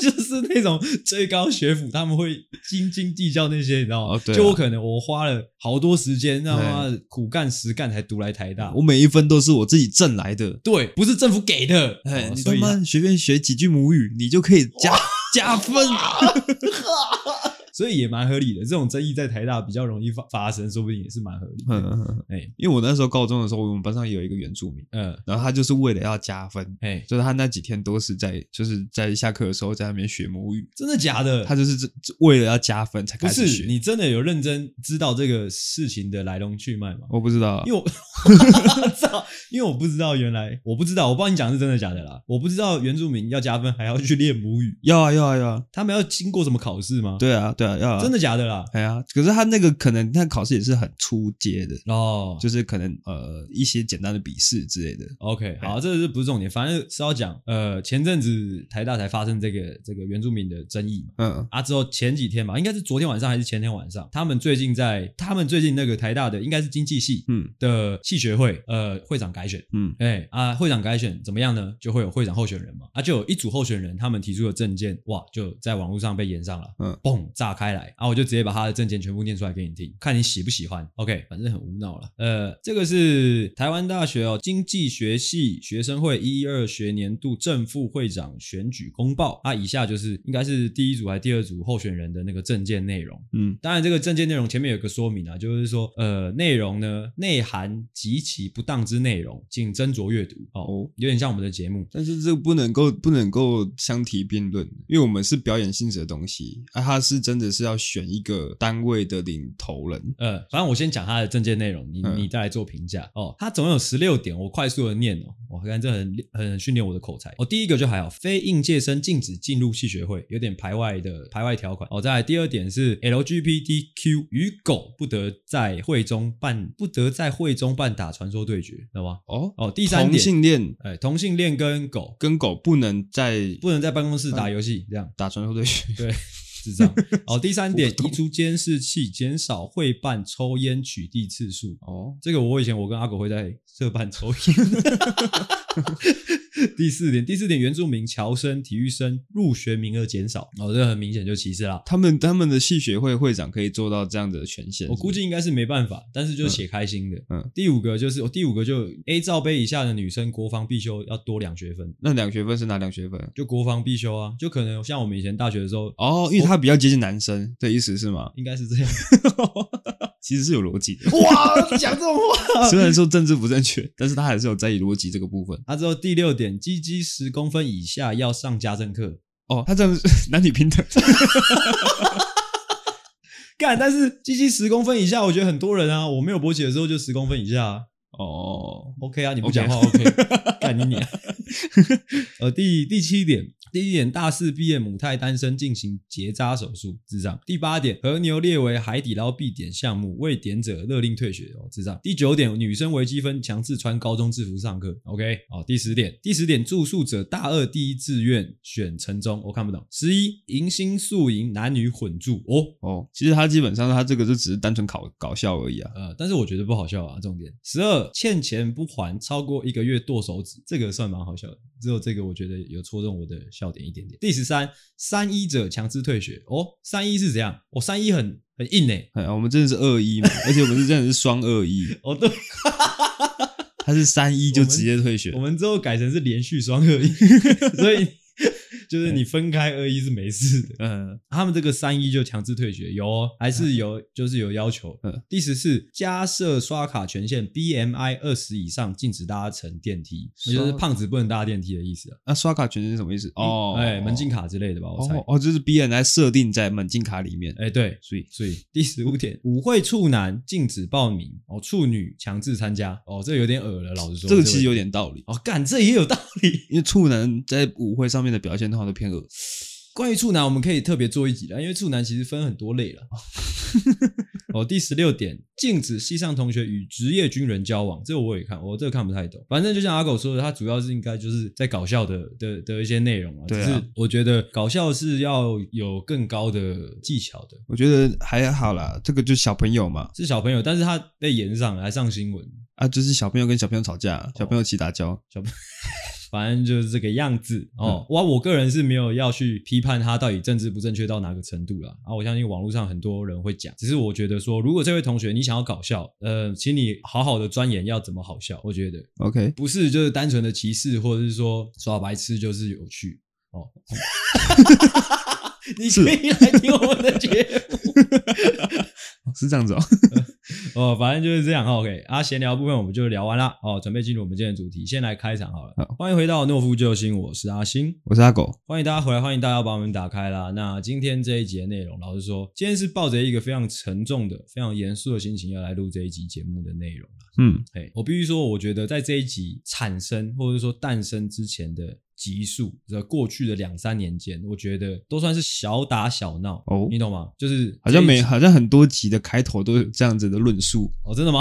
A: 就是那种最高学府他们会斤斤计较那些，你知道吗？
C: 哦对啊
A: 就我可能我花了好多时间，他妈的苦干实干才读来台大
C: 我。每一分都是我自己挣来的。
A: 对，不是政府给的，
C: 哎，
A: 哦
C: 你
A: 所
C: 他
A: 以
C: 妈随便学几句母语，你就可以加加分。
A: 所以也蛮合理的。这种争议在台大比较容易发发生，说不定也是蛮合理的。
C: 嗯嗯嗯
A: 哎
C: 因为我那时候高中的时候，我们班上有一个原住民，
A: 嗯，
C: 然后他就是为了要加分，
A: 哎，
C: 就是他那几天都是在就是在下课的时候在那边学母语，
A: 真的假的？
C: 他就是这这为了要加分才
A: 不
C: 开始
A: 是
C: 学。
A: 你真的有认真知道这个事情的来龙去脉吗？
C: 我不知道啊，
A: 因为我 操，因为我不知道原来我不知道，我不知道你讲的是真的假的啦。我不知道原住民要加分还要去练母语，
C: 要啊要啊要啊，
A: 他们要经过什么考试吗？，
C: 对啊对啊要啊，
A: 真的假的啦？
C: 哎呀，可是他那个可能他考试也是很出阶的，
A: 哦，
C: 就是可能呃一些简单的笔试之类的。
A: OK，
C: 对
A: 好，这是不是重点？反正是要讲，呃，前阵子台大才发生这个这个原住民的争议嘛。
C: 嗯
A: 啊，之后前几天吧，应该是昨天晚上还是前天晚上，他们最近在他们最近那个台大的应该是经济系
C: 嗯
A: 的系学会呃会长改选，
C: 嗯，
A: 哎啊，会长改选怎么样呢？就会有会长候选人嘛，啊，就有一组候选人，他们提出的证件，哇，就在网络上被延上了，
C: 嗯
A: 嗯，嘣炸开来，啊，我就直接把他的证件全部念出来给你听，看你喜不喜欢。OK，反正很无脑了。呃，这个是台湾大学哦经济学系学生会一二学年度正副会长选举公报，啊，以下就是应该是第一组还是第二组候选人的那个证件内容。
C: 嗯
A: 当然，这个证件内容前面有个说明啊，就是说，呃，内容呢内含及其不当之内容，请斟酌阅读哦，
C: 哦
A: 有点像我们的节目。
C: 但是这不能够不能够相提并论，因为我们是表演性质的东西，啊，他是真的是要选一个单位的领头人，
A: 呃，反正我先讲它的证件内容，你
C: 嗯
A: 你再来做评价哦。它总共有十六点，我快速的念哦，我看这很很训练我的口才哦。第一个就还好，非应届生禁止进入系学会，有点排外的排外条款哦。再来第二点是 LGBTQ 与狗不得在会中办不得在会中办打传说对决，知道吗？
C: 哦，
A: 哦，第三点，
C: 同性恋
A: 哎，同性恋跟狗
C: 跟狗不能再
A: 不能在办公室打游戏，这样
C: 打传说对决，
A: 嗯 对，智障。哦，第三 点，移除监视器，减少会办抽烟取缔次数。
C: 哦，
A: 这个我以前我跟阿狗会在社办抽烟。 第四点，第四点，原住民侨生、体育生入学名额减少，哦，这很明显就歧视啦。
C: 他们他们的系学会会长可以做到这样子的权限，
A: 我估计应该是没办法，但是就写开心的。
C: 嗯嗯
A: 第五个就是，哦，第五个就 A 罩杯以下的女生国防必修要多两学分，
C: 那两学分是哪两学分？
A: 就国防必修啊，就可能像我们以前大学的时候，
C: 哦，因为他比较接近男生的意思是吗？
A: 应该是这样。
C: 其实是有逻辑 的，
D: 哇，讲这种话，
A: 哦
C: 虽然说政治不正确，但是他还是有在意逻辑这个部分。
A: 啊，之后第六点，鸡鸡十公分以下要上家政课。
C: 哦，他这样是 男女平等，
A: 干，但是鸡鸡十公分以下，我觉得很多人啊，我没有勃起的时候就十公分以下、啊、
C: 哦，
A: ，OK 啊，你不
C: OK
A: 讲话 OK，干你 你、啊。呃，第第七点，第一点，大四毕业母胎单身进行结扎手术，智障。第八点，和牛列为海底捞必点项目，未点者勒令退学哦，智障。第九点，女生微积分强制穿高中制服上课，OK。哦，第十点，第十点，住宿者大二第一志愿选城中，我看不懂。十一，迎新宿营男女混住哦，
C: 哦，其实他基本上他这个就只是单纯搞搞笑而已啊。
A: 呃，但是我觉得不好笑啊，重点。十二欠钱不还，超过一个月剁手指，这个算蛮好笑的。只有这个我觉得有戳中我的笑点一点点。第十三，三一者强制退学。哦，三一是怎样？哦，三一很很硬呢、欸
C: 哎，我们真的是二一嘛，而且我们是真的是双 二一，
A: 哦，对，
C: 他是三一就直接退学
A: 我。们之后改成是连续双二一， 所以就是你分开二一是没事的。
C: 嗯，
A: 他们这个三一就强制退学，有、哦、还是有，就是有要求。
C: 嗯
A: 第十四，加设刷卡权限，BMI 二十以上禁止搭乘电梯，
C: 刷
A: 也就是胖子不能搭电梯的意思啊。
C: 那刷卡权是什么意思？哦，
A: 哎，门禁。卡之类的吧，我猜
C: 哦。哦，就是 B N I 设定在门禁卡里面。
A: 哎，对，
C: 所以
A: 所以第十五点，舞会处男禁止报名哦，处女强制参加哦，这有点恶了，老实说，
C: 这个其实有
A: 点
C: 点道理，
A: 哦，干这也有道理。
C: 因为处男在舞会上面的表现通常都偏恶。
A: 关于处男，我们可以特别做一集啦，因为处男其实分很多类 了。哦，第十六点，禁止西上同学与职业军人交往，这个我也看，我这个看不太懂。反正就像阿狗说的，他主要是应该就是在搞笑的的的一些内容啊。
C: 对啊
A: 只是我觉得搞笑是要有更高的技巧的，
C: 我觉得还好啦，这个就是小朋友嘛，
A: 是小朋友，但是他被延上了还上新闻，
C: 啊，就是小朋友跟小朋友吵架，小朋
A: 哦
C: 友起打架，
A: 反正就是这个样子哦。哇，我个人是没有要去批判他到底政治不正确到哪个程度啦。啊，我相信网络上很多人会讲，只是我觉得说，如果这位同学你想要搞笑，呃，请你好好的钻研要怎么好笑。我觉得
C: OK，
A: 不是就是单纯的歧视，或者是说耍白痴就是有趣哦。你可以来听我们的节目。
C: 是这样子哦。
A: 哦，反正就是这样。哦 OK，啊，闲聊部分我们就聊完啦。哦，准备进入我们今天的主题，先来开场好了。
C: 好
A: 欢迎回到懦夫救星，我是阿星。
C: 我是阿狗，
A: 欢迎大家回来，欢迎大家把我们打开啦。那今天这一集的内容，老实说，今天是抱着一个非常沉重的、非常严肃的心情要来录这一集节目的内容啦。
C: 嗯，
A: 嘿，我必须说，我觉得在这一集产生或者说诞生之前的集数，在过去的两三年间，我觉得都算是小打小闹，
C: 哦
A: 你懂吗？就是
C: 好像
A: 这一
C: 每
A: 集
C: 好像很多集的开头都有这样子的论述，
A: 哦，真的吗？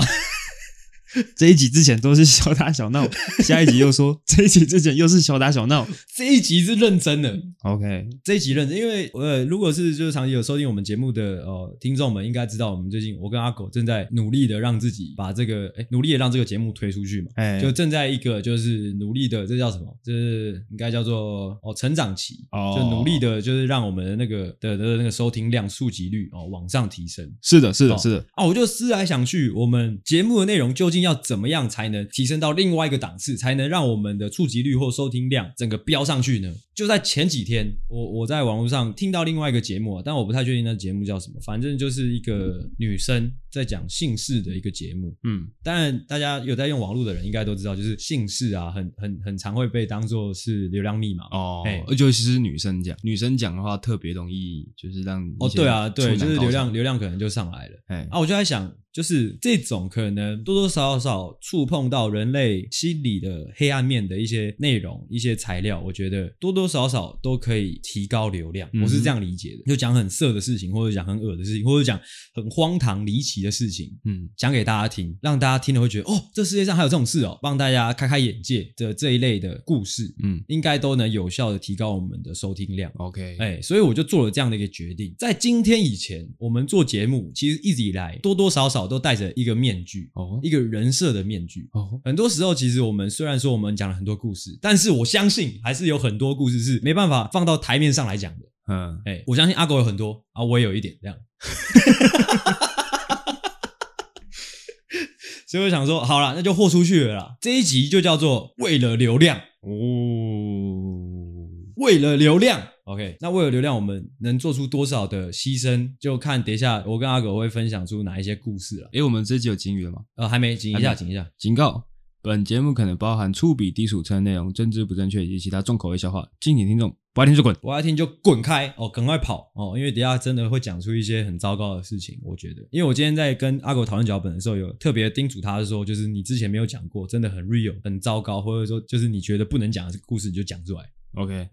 E: 这一集之前都是小打小闹，下一集又说这一集之前又是小打小闹。
A: 这一集是认真的，
E: OK，
A: 这一集认真，因为呃，如果是就是长期有收听我们节目的呃听众们，应该知道我们最近我跟阿狗正在努力的让自己把这个，哎，努力的让这个节目推出去嘛，
E: 哎，
A: 就正在一个就是努力的，这叫什么？这是应该叫做哦成长期，
E: 哦
A: 就努力的，就是让我们的那个的的那个收听量、触及率哦往上提升。
E: 是的，是的，
A: 哦
E: 是的，
A: 啊，我就思来想去，我们节目的内容究竟要怎么样才能提升到另外一个档次，才能让我们的触及率或收听量整个飙上去呢？就在前几天，我我在网络上听到另外一个节目、啊，但我不太确定那节目叫什么，反正就是一个女生在讲姓氏的一个节目。
E: 嗯，
A: 当然，大家有在用网络的人应该都知道，就是姓氏啊，很很很常会被当做是流量密码嘛。
C: 哦
A: 哎，
C: 尤其是女生讲，女生讲的话特别容易，就是让
A: 哦，
C: 一些
A: 对啊，
C: 处
A: 对，
C: 男
A: 就是
C: 高
A: 流
C: 潮
A: 量，流量可能就上来了。
C: 哎，
A: 啊，我就在想，就是这种可能多多少少触碰到人类心理的黑暗面的一些内容、一些材料，我觉得多多少少都可以提高流量，我是这样理解的。就讲很色的事情，或者讲很恶的事情，或者讲很荒唐离奇的事情，
C: 嗯，
A: 讲给大家听，让大家听了会觉得哦，这世界上还有这种事哦，帮大家开开眼界的这一类的故事，
C: 嗯
A: 应该都能有效的提高我们的收听量。
C: ，OK，
A: 哎、所以我就做了这样的一个决定。在今天以前，我们做节目其实一直以来多多少少都戴着一个面具，
C: 哦
A: 一个人设的面具。
C: 哦，
A: 很多时候，其实我们虽然说我们讲了很多故事，但是我相信还是有很多故事是没办法放到台面上来讲的。
C: 嗯，
A: 哎、我相信阿狗有很多啊，我也有一点这样。 所以我想说，好了，那就豁出去了啦。这一集就叫做为了流量。
E: 哦，
A: 为了流量，OK，那为了流量，我们能做出多少的牺牲，就看等一下我跟阿狗会分享出哪一些故事了。
C: 哎，我们这集有警语了吗？
A: 呃，还没，紧一
C: 还
A: 下，
C: 没
A: 紧一下。
C: 警告：本节目可能包含粗鄙、低俗、成人内容、政治不正确以及其他重口味笑话，敬请听众不爱听就滚。
A: 我要听就滚开哦，赶快跑哦，因为等一下真的会讲出一些很糟糕的事情。我觉得，因为我今天在跟阿狗讨论脚本的时候，有特别叮嘱他说，就是你之前没有讲过，真的很 real，很糟糕，或者说就是你觉得不能讲的故事，你就讲出来。
C: OK，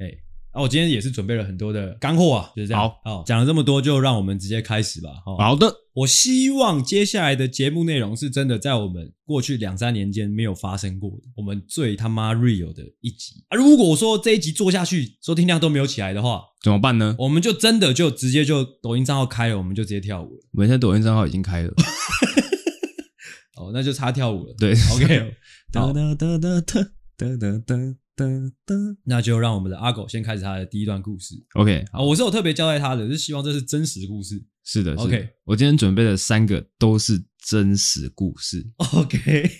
A: 啊，我今天也是准备了很多的干货啊，就是这样。
C: 好，
A: 哦，讲了这么多，就让我们直接开始吧。好、哦，
C: 好的，
A: 我希望接下来的节目内容是真的在我们过去两三年间没有发生过的，我们最他妈 real 的一集啊！如果我说这一集做下去收听量都没有起来的话，
C: 怎么办呢？
A: 我们就真的就直接就抖音账号开了，我们就直接跳舞了。
C: 我们现在抖音账号已经开了，
A: 哦，那就差跳舞了。
C: 对
A: ，OK，好
C: 哒哒哒哒哒哒哒哒哒。
A: 那就让我们的阿狗先开始他的第一段故事
C: OK，
A: 啊！我是有特别交代他的，是希望这是真实故事。
C: 是的是的
A: OK
C: 我今天准备的三个都是真实故事。
A: OK，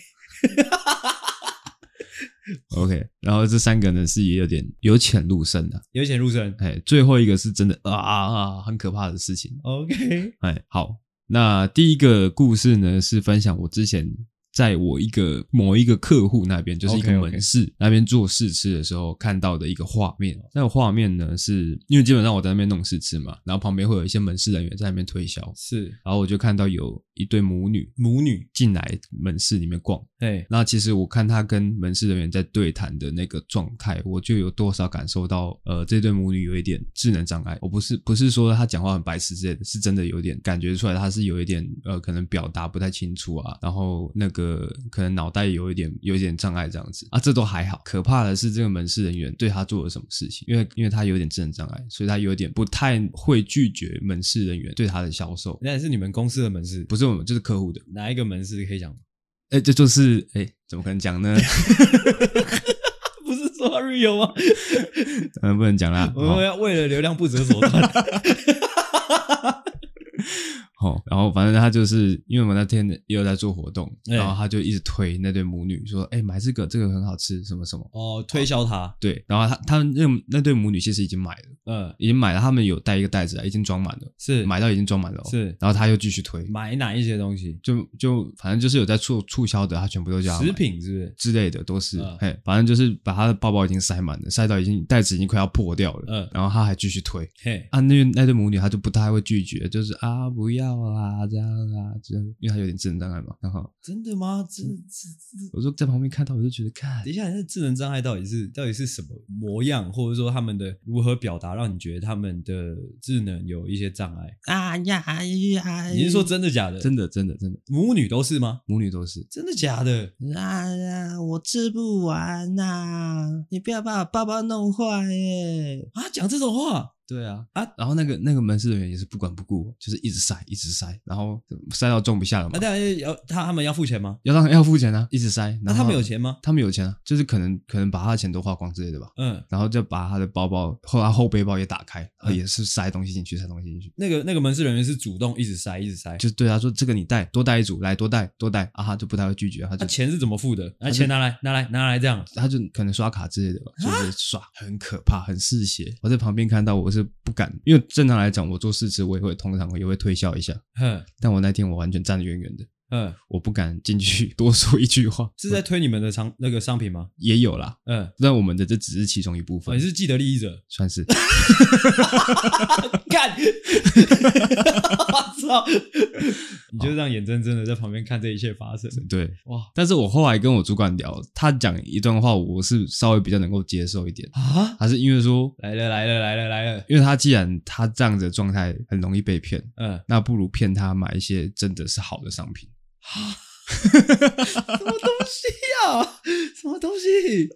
C: OK，然后这三个呢是也有点有浅入深的、
A: 有请入声。
C: 哎，最后一个是真的啊啊啊，很可怕的事情。
A: OK，
C: 哎，好，那第一个故事呢是分享我之前在我一个某一个客户那边，就是一个
A: OK，OK
C: 门市那边做试吃的时候看到的一个画面。哦那个画面呢，是因为基本上我在那边弄试吃嘛，然后旁边会有一些门市人员在那边推销，
A: 是
C: 然后我就看到有一对母女
A: 母女。
C: 进来门市里面逛。
A: 哎，
C: 那其实我看他跟门市人员在对谈的那个状态，我就有多少感受到，呃，这对母女有一点智能障碍。我不是不是说他讲话很白痴之类的，是真的有点感觉出来，他是有一点呃，可能表达不太清楚啊，然后那个可能脑袋有一点有一点障碍这样子啊，这都还好。可怕的是这个门市人员对他做了什么事情，因为因为他有点智能障碍，所以他有点不太会拒绝门市人员对他的销售，
A: 那是你们公司的门市，
C: 不是我们就是客户的。
A: 哪一个门市可以讲吗？
C: 哎，这就是哎，怎么可能讲呢？
A: 不是说 real 吗？
C: 嗯，不能讲啦。
A: 我们要为了流量不择手 段。
C: 哦，然后反正他就是因为我们那天也有在做活动，
A: 哎
C: 然后他就一直推那对母女说：“哎，买这个，这个很好吃，什么什么。
A: 哦，推销他”，
C: 对，然后他他们那那对母女其实已经买了，
A: 嗯，
C: 已经买了，他们有带一个袋子来，已经装满了，
A: 是
C: 买到已经装满了哦、
A: 是
C: 然后他又继续推，
A: 买哪一些东西？
C: 就就反正就是有在促促销的，他全部都叫他买
A: 食品是不是？
C: 之类的都是
A: 嗯，
C: 哎、反正就是把他的包包已经塞满了，塞到已经袋子已经快要破掉了，
A: 嗯
C: 然后他还继续推，
A: 嘿，
C: 啊，那那对母女她就不太会拒绝，就是啊不要啦这样啊，这样，因为她有点智能障碍嘛。然后
A: 真的吗？这这
C: 我就在旁边看到，我就觉得看
A: 这，等一下，那智能障碍到底是到底是什么模样，或者说他们的如何表达法让你觉得他们的智能有一些障碍？
C: 啊呀哎呀
A: 你是说真的假的？
C: 真的真的真的，
A: 母女都是吗？
C: 母女都是
A: 真的假的？
C: 啊呀，我吃不完呐、你不要把我包包弄坏耶！
A: 啊，讲这种话，
C: 对啊啊，然后那个那个门市人员也是不管不顾，就是一直塞一直塞，然后塞到装不下了嘛
A: 那、，大家要他他们要付钱吗？
C: 要让要付钱啊，一直塞。
A: 那、
C: 然后
A: 他们有？钱吗？
C: 他们有钱啊，就是可能可能把他的钱都花光之类的吧。
A: 嗯，
C: 然后就把他的包包后他后背包也打开，然后
A: 嗯
C: 也是塞东西进去，塞东西进去。
A: 那个那个门市人员是主动一直塞一直塞，
C: 就对他说：“这个你带，多带一组，来多带多带。”啊，他就不太会拒绝，他
A: 那、
C: 就
A: 钱是怎么付的？那、
C: 他就
A: 钱拿来拿来拿来这样。
C: 他就可能刷卡之类的吧，
A: 啊
C: 就是刷，很可怕，很嗜血。我在旁边看到，我是不敢，因为正常来讲，我做试吃，我也会通常也会推销一下，
A: 哼
C: 但我那天我完全站得远远的，
A: 嗯，
C: 我不敢进去多说一句话。
A: 是在推你们的商那个商品吗？
C: 也有啦，
A: 嗯，
C: 但我们的这只是其中一部
A: 哦
C: 分，
A: 你是既得利益者，
C: 算是
A: 干！ 我 操！你就这样眼睁睁的在旁边看这一切发生，
C: 对。
A: 哇
C: 但是我后来跟我主管聊，他讲一段话，我是稍微比较能够接受一点，
A: 啊！
C: 还是因为说，
A: 来了来了来了来了，
C: 因为他既然他这样子的状态很容易被骗，
A: 嗯，
C: 那不如骗他买一些真的是好的商品。
A: 什么东西 呀、什么东西？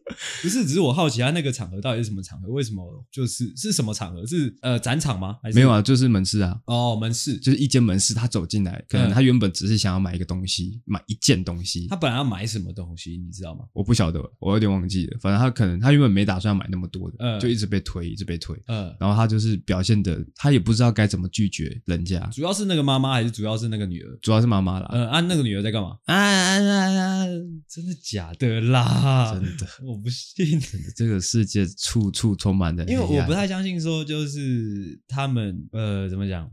A: 不是，只是我好奇他那个场合到底是什么场合？为什么就是是什么场合？是呃展场吗？还是
C: 没有？啊，就是门市啊，
A: 哦，门市。
C: 就是一间门市，他走进来，可能
A: 嗯
C: 他原本只是想要买一个东西，买一件东西
A: 他。本来要买什么东西，你知道吗？
C: 我不晓得，我有点忘记了。反正他可能他原本没打算买那么多的，
A: 嗯
C: 就一直被推，一直被推。
A: 嗯，
C: 然后他就是表现的，他也不知道该怎么拒绝人家，
A: 主要是那个妈妈还是主要是那个女儿？
C: 主要是妈妈啦，
A: 嗯，啊，那个女儿在干嘛？
C: 啊啊啊！
A: 真的假的啦？
C: 真的，
A: 我不信。
C: 这个世界处处充满了黑
A: 因
C: 暗，
A: 为我不太相信说，就是他们呃，怎么讲？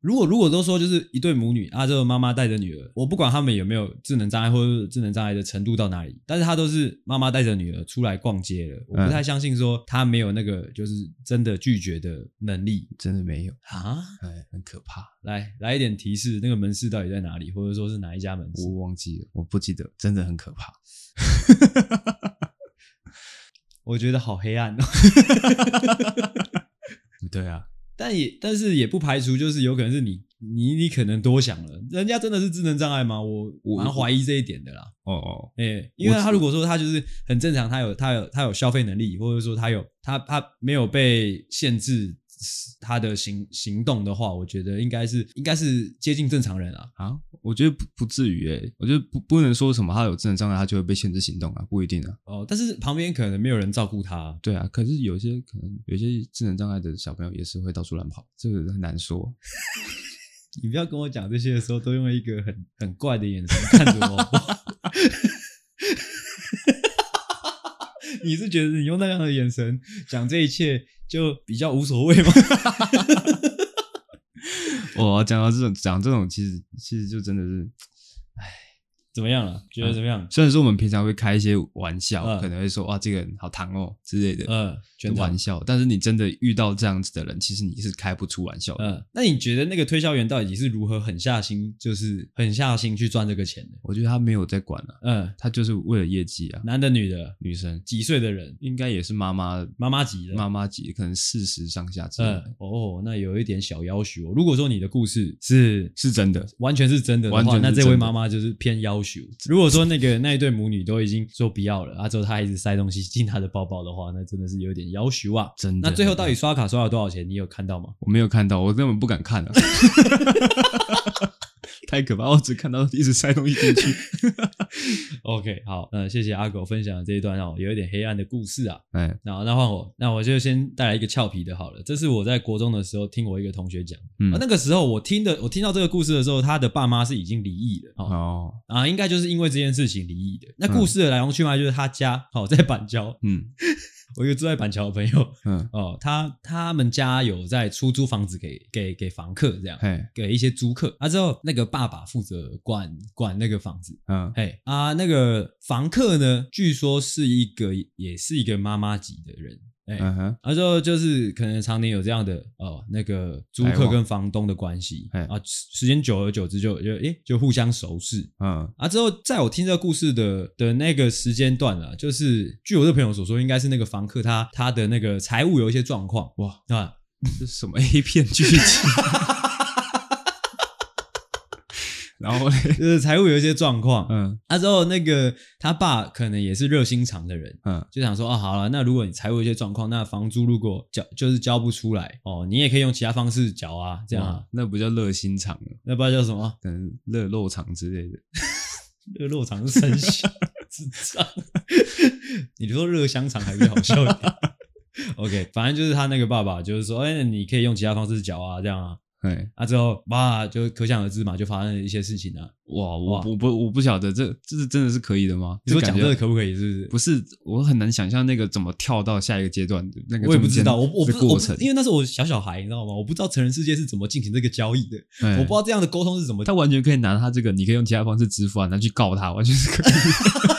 A: 如果如果都说就是一对母女啊，这个妈妈带着女儿，我不管他们有没有智能障碍或者是智能障碍的程度到哪里，但是她都是妈妈带着女儿出来逛街了，我不
C: 嗯
A: 太相信说她没有那个就是真的拒绝的能力
C: 真的没有，
A: 啊。
C: 哎，很可怕。
A: 来来一点提示，那个门市到底在哪里，或者说是哪一家门市？
C: 我忘记了，我不记得，真的很可怕。
A: 我觉得好黑暗哦。
C: 对啊，
A: 但也但是也不排除，就是有可能是你你你可能多想了，人家真的是智能障碍吗？我
C: 我
A: 蛮怀疑这一点的啦。
C: 哦哦，
A: 哎、因为
C: 我
A: 他如果说他就是很正常，他有他有他有消费能力，或者说他有他他没有被限制他的行行动的话，我觉得应该是应该是接近正常人啊。
C: 啊，我觉得不不至于诶、我觉得不不能说什么他有智能障碍，他就会被限制行动啊，不一定啊。
A: 哦，但是旁边可能没有人照顾他，
C: 对啊，可是有些可能有些智能障碍的小朋友也是会到处乱跑，这个很难说。
A: 你不要跟我讲这些的时候，都用一个很很怪的眼神看 着我。你是觉得你用那样的眼神讲这一切就比较无所谓吗？
C: 我、讲到这种讲这种，其实其实就真的是，
A: 怎么样了？觉得怎么样？
C: 虽然说我们平常会开一些玩笑，
A: 嗯
C: 可能会说哇这个人好糖哦之类的，
A: 嗯、全团
C: 玩。笑，但是你真的遇到这样子的人，其实你是开不出玩笑的。
A: 嗯，那你觉得那个推销员到底是如何狠下心，就是狠下心去赚这个钱的？
C: 我觉得他没有在管啊，
A: 嗯，
C: 他就是为了业绩啊。
A: 男的女的，
C: 女生
A: 几岁的人？
C: 应该也是妈妈
A: 妈妈级的
C: 妈妈级，可能四十上下之类的。
A: 嗯，哦，那有一点小要求、哦。如果说你的故事是
C: 是真的
A: 完全是真的的
C: 完全
A: 话，
C: 是
A: 那这
C: 真
A: 位
C: 的
A: 妈妈就是偏要求。如果说那个那一对母女都已经说不要了，啊，之后她还一直塞东西进她的包包的话，那真的是有点要求啊。
C: 真的。
A: 那最后到底刷卡刷了多少钱？你有看到吗？
C: 我没有看到，我根本不敢看啊， 太可怕！我只看到一直塞东西进去。
A: OK，好，嗯，谢谢阿狗分享的这一段哦，有一点黑暗的故事啊。
C: 哎，
A: 那那换我，那我就先带来一个俏皮的好了。这是我在国中的时候听我一个同学讲，
C: 嗯
A: 啊，那个时候我听的，我听到这个故事的时候，他的爸妈是已经离异了，哦，
C: 哦，
A: 啊，应该就是因为这件事情离异的。那
C: 嗯
A: 故事的来龙去脉就是他家哦在板桥，
C: 嗯
A: 我一个住在板桥的朋友
C: 嗯，
A: 哦，他他们家有在出租房子给给给房客这样，
C: 嘿，
A: 给一些租客。啊之后那个爸爸负责管管那个房子，
C: 嗯
A: 嘿啊，那个房客呢，据说是一个也是一个妈妈级的人。哎、
E: 嗯哼，
A: 啊，就就是可能常年有这样的哦，那个租
C: 来
A: 客
C: 往
A: 跟房东的关系
C: 哎
A: 啊，时时间久而久之就就诶、就互相熟识
C: 嗯，
A: 啊。之后在我听这个故事的的那个时间段啊，就是据我这朋友所说，应该是那个房客他他的那个财务有一些状况
C: 哇，
A: 啊，
C: 这是什么 A 片剧情？然后嘞，
A: 就是财务有一些状况。
C: 嗯
A: 啊，之后那个他爸可能也是热心肠的人，
C: 嗯
A: 就想说啊，好了，那如果你财务有一些状况，那房租如果缴就是交不出来哦，你也可以用其他方式缴啊，这样啊
C: 哇，那不叫热心肠了，
A: 那不知道叫什么
C: 可能热肉肠之类的。
A: 热肉肠是生小 智障，你说热香肠还比较好笑一点。OK，反正就是他那个爸爸就是说，哎、你可以用其他方式缴啊，这样啊，
C: 哎，
A: 啊之后哇，就可想而知嘛，就发生了一些事情啊。
C: 哇，
A: 哇
C: 我我不我不晓得这这是真的是可以的吗？
A: 你说
C: 感
A: 讲
C: 觉
A: 这个可不可以？是不是？
C: 不是，我很难想象那个怎么跳到下一个阶段的那个
A: 我也不
C: 中
A: 知
C: 间
A: 道，我我不
C: 的
A: 我
C: 过
A: 不
C: 程，
A: 因为那时候我小小孩，你知道吗？我不知道成人世界是怎么进行这个交易的，
C: 哎
A: 我不知道这样的沟通是怎么。
C: 他完全可以拿他这个，你可以用其他方式支付啊，拿去告他，完全是可以。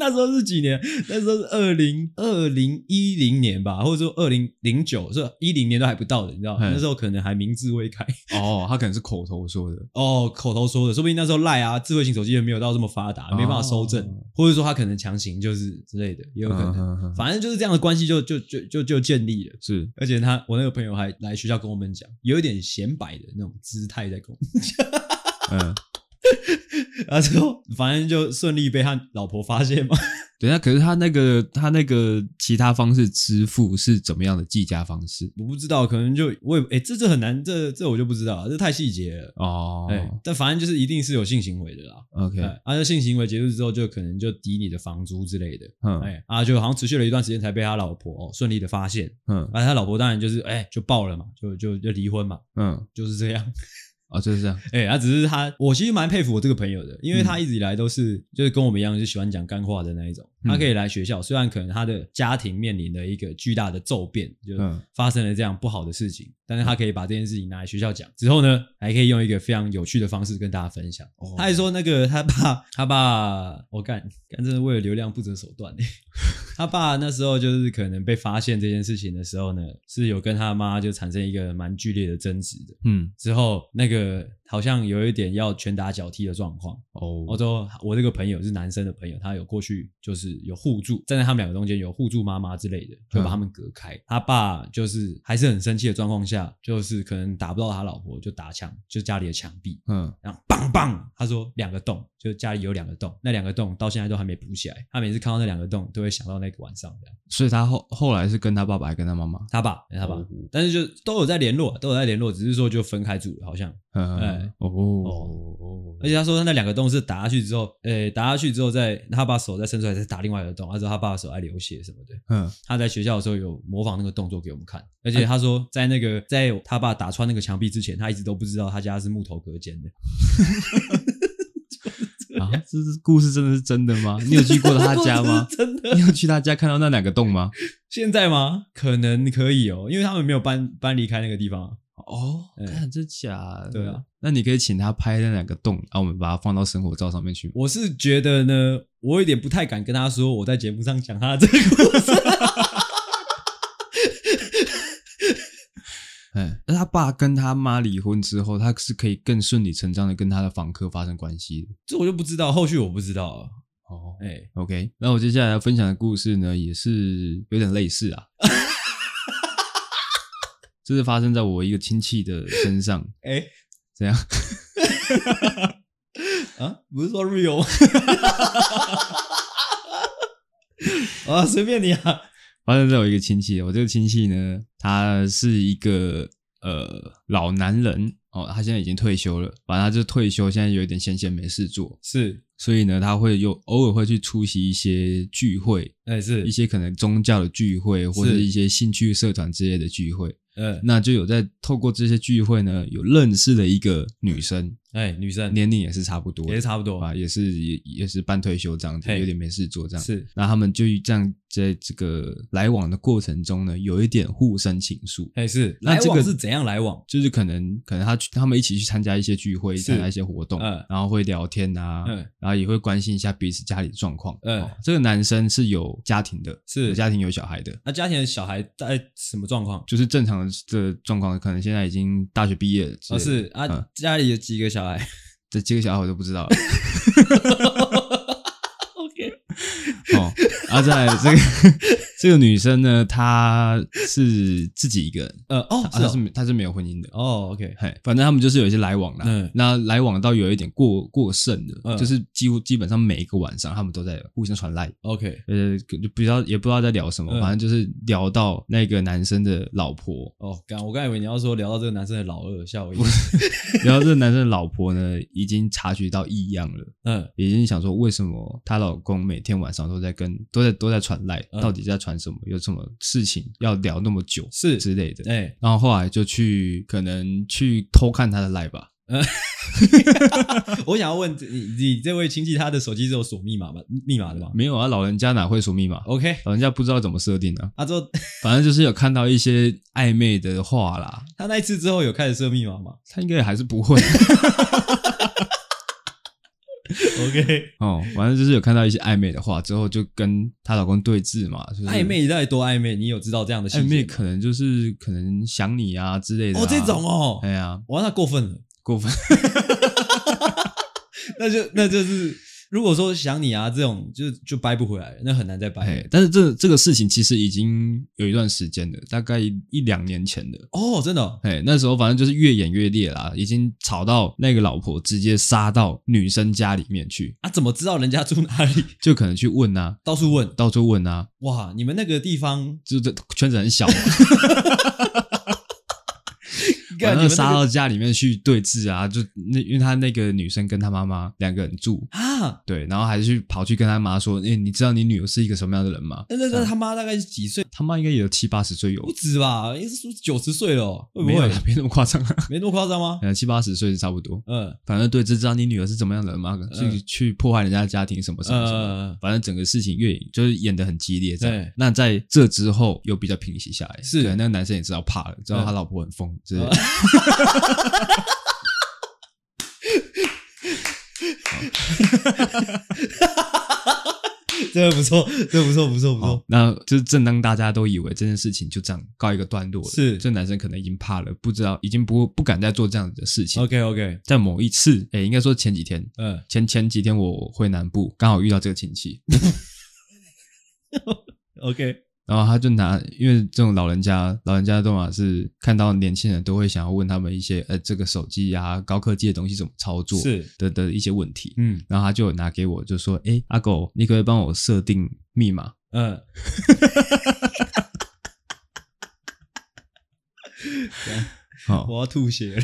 A: 那时候是几年？那时候是二零二零一零年吧，或者说二零零九，是一零年都还不到的，你知道吗？
C: 嗯
A: 那时候可能还明智未开，
C: 哦，他可能是口头说的，
A: 哦，口头说的，说不定那时候赖啊，智慧型手机也没有到这么发达，
C: 哦
A: 没办法收证，或者说他可能强行就是之类的，也有可能。
C: 嗯嗯嗯
A: 反正就是这样的关系就就就就就建立了。
C: 是
A: 而且他，我那个朋友还来学校跟我们讲，有一点显摆的那种姿态在跟我们讲，
C: 嗯，
A: 然后之后反正就顺利被他老婆发现嘛。
C: 等一下，可是他那个他那个其他方式支付是怎么样的计价方式？
A: 我不知道，可能就我也哎、这这很难，这这我就不知道了，这太细节了。
C: 哦
A: 哎、但反正就是一定是有性行为的啦。
C: ，OK，
A: 哎，啊，这性行为结束之后，就可能就抵你的房租之类的。
C: 嗯
A: 哎，啊，就好像持续了一段时间才被他老婆哦顺利的发现，
C: 嗯
A: 啊，他老婆当然就是哎就爆了嘛，就就就离婚嘛，
C: 嗯，
A: 就是这样。
C: 哦，就是这样，
A: 哎，啊，只是他，我其实蛮佩服我这个朋友的，因为他一直以来都是、就是跟我们一样，就喜欢讲干话的那一种。
C: 嗯
A: 他可以来学校，虽然可能他的家庭面临了一个巨大的骤变，就
C: 嗯
A: 发生了这样不好的事情，但是他可以把这件事情拿来学校讲，之后呢，还可以用一个非常有趣的方式跟大家分享。
C: 哦
A: 他还说那个他爸，他爸，我干干真的为了流量不择手段欸他爸那时候就是可能被发现这件事情的时候呢，是有跟他妈就产生一个蛮剧烈的争执的。
C: 嗯，
A: 之后那个好像有一点要拳打脚踢的状况。
C: 哦
A: 澳洲，我这个朋友是男生的朋友，他有过去就是有互助，站在他们两个中间有互助妈妈之类的，就把他们隔开。他爸就是还是很生气的状况下，就是可能打不到他老婆，就打墙，就家里的墙壁，
C: 嗯，
A: 然后棒棒，他说两个洞，就家里有两个洞，那两个洞到现在都还没补起来。他每次看到那两个洞，都会想到那个晚上这样。
C: 所以他后后来是跟他爸爸还跟他妈妈，
A: 他爸，哎他爸，
C: 哦
A: 但是就都有在联络，都有在联络，只是说就分开住了，好像。哎
C: 嗯，哦
A: 哦而且他说他那两个洞是打下去之后，呃、打下去之后再他把手再伸出来再打另外一个洞，他说他爸的手还流血什么的。
C: 嗯，
A: 他在学校的时候有模仿那个动作给我们看，而且他说在那个在他爸打穿那个墙壁之前，他一直都不知道他家是木头隔间 的。？
C: 啊，这是故事真的是真的吗？你有去过他家吗
A: 真的？
C: 你有去他家看到那两个洞吗？
A: 现在吗？可能可以哦，因为他们没有搬搬离开那个地方啊。
C: 哦，
A: 哎
C: 看这假的
A: 对啊，
C: 那你可以请他拍那两个洞，然后我们把它放到生活照上面去。
A: 我是觉得呢，我有点不太敢跟他说我在节目上讲他的这个 故事。
C: 哎，那他爸跟他妈离婚之后，他是可以更顺理成章的跟他的房客发生关系的。
A: 这我就不知道，后续我不知道了。
C: 哦
A: 哎、
C: ，OK，那我接下来要分享的故事呢，也是有点类似啊。 这是发生在我一个亲戚的身上，
A: 哎、
C: 怎样？
A: 啊，不是说 real 吗？啊，随便你啊。
C: 发生在我一个亲戚，我这个亲戚呢，他是一个呃老男人哦，他现在已经退休了，反正他就退休，现在有一点闲闲没事做，
A: 是，
C: 所以呢，他会有偶尔会去出席一些聚会，
A: 哎、是
C: 一，些可能宗教的聚会或者
A: 是
C: 一些兴趣社团之类的聚会，
A: 嗯、
C: 那就有在透过这些聚会呢，有认识了一个女生，
A: 哎，女生
C: 年龄也是差不多的，
A: 也是差不多
C: 啊，也是也也是半退休这样子，
A: 嘿
C: 有点没事做这样。
A: 是
C: 那他们就这样在这个来往的过程中呢，有一点互生情愫。
A: 哎是，
C: 那
A: 来
C: 这个
A: 往是怎样来往？
C: 就是可能可能他去他们一起去参加一些聚会，
A: 是
C: 参加一些活动，
A: 嗯
C: 然后会聊天啊，
A: 嗯
C: 然后也会关心一下彼此家里的状况。哦
A: 嗯
C: 这个男生是有家庭的，
A: 是
C: 有家庭有小孩的，
A: 那家庭的小孩在什么状况？
C: 就是正常的状况，可能现在已经大学毕业了之
A: 哦
C: 类的，
A: 是
C: 嗯
A: 啊，家里有几个小孩
C: 这几个小孩我都不知 道了。
A: ？OK，
C: 哦，啊，再来这个 这个女生呢，她是自己一个人，
A: 呃哦是
C: 她她
A: 哦
C: 是没她是没有婚姻的。
A: 哦 OK，
C: 嘿，反正他们就是有一些来往啦，
A: 嗯
C: 那来往到有一点过过剩的，
A: 嗯
C: 就是几乎基本上每一个晚上他们都在互相传赖，
A: OK，
C: 呃，就不知道也不知道在聊什么，
A: 嗯
C: 反正就是聊到那个男生的老婆，
A: 哦，刚我刚以为你要说聊到这个男生的老二，吓我一跳。
C: 然后这个男生的老婆呢已经察觉到异样了，
A: 嗯，
C: 已经想说为什么她老公每天晚上都在跟都在都在传赖，
A: 嗯
C: 到底在传什么？有什么事情要聊那么久
A: 是
C: 之类的？
A: 哎，
C: 然后后来就去可能去偷看他的赖吧，
A: 我想要问你，你这位亲戚他的手机是有锁密码吗？密码的吗
C: 没有啊，老人家哪会说密码？
A: ？OK，
C: 老人家不知道怎么设定啊，
A: 他之后
C: 反正就是有看到一些暧昧的话啦，
A: 他那一次之后有开始设密码吗
C: 他应该还是不 会
A: ？OK，
C: 哦。反正就是有看到一些暧昧的话之后，就跟她老公对峙嘛，就是
A: 暧昧到底多暧昧？你有知道这样的细
C: 暧昧
A: 节吗？
C: 可能就是可能想你啊之类的、啊。
A: 哦，这种，哦，
C: 哎呀，
A: 哇，那过分了，
C: 过分。
A: 那就那就是，如果说想你啊这种，就就掰不回来了，那很难再掰
C: 哎，。但是这这个事情其实已经有一段时间了，大概一一两年前的。
A: 哦，真的哦，
C: 哎，那时候反正就是越演越烈啦，已经吵到那个老婆直接杀到女生家里面去，
A: 啊，怎么知道人家住哪里？
C: 就可能去问啊，
A: 到处问，
C: 到处问啊，
A: 哇，你们那个地方，
C: 就这圈子很 小嘛，
A: 干
C: 然
A: 你们那
C: 后杀
A: 个
C: 到家里面去对峙啊，就那因为他那个女生跟他妈妈两个人住。
A: 啊，
C: 对，然后还去跑去跟他妈说：“哎、你知道你女儿是一个什么样的人吗
A: 那那那他妈大概是几岁？？”
C: 他妈应该也有七八十岁有
A: 不，止吧，应该是九十岁了哦，会不
C: 没有
A: 会？
C: 啦没那么夸张啊，
A: 没那么夸张吗？
C: 呃，七八十岁是差不多。
A: 嗯，
C: 反正对，就知道你女儿是怎么样的人嘛，去去破坏人家的家庭什么什么什么的，
A: 呃，
C: 反正整个事情越演就是演的很激烈这样
A: 对。
C: 那在这之后又比较平息下来，
A: 是
C: 可能那个男生也知道怕了，知道他
A: 嗯
C: 老婆很疯之类的
A: 呃。这个不错，这个不错，不错，不
C: 好
A: 错，，
C: 哦 那就是正当大家都以为这件事情就这样告一个段落了，
A: 是
C: 这男生可能已经怕了，不知道已经不不敢再做这样子的事情。
A: OK OK，
C: 在某一次，哎，应该说前几天，
A: 嗯，
C: 前前几天我回南部，刚好遇到这个亲戚，
A: OK，
C: 然后他就拿，因为这种老人家，老人家都嘛是看到年轻人都会想要问他们一些，呃，这个手机啊，高科技的东西怎么操作
A: 是，
C: 的的一些问题，
A: 嗯
C: 然后他就有拿给我，就说，哎，阿狗，你可不可以帮我设定密码？
A: 嗯，
C: 好、
A: 我要吐血了。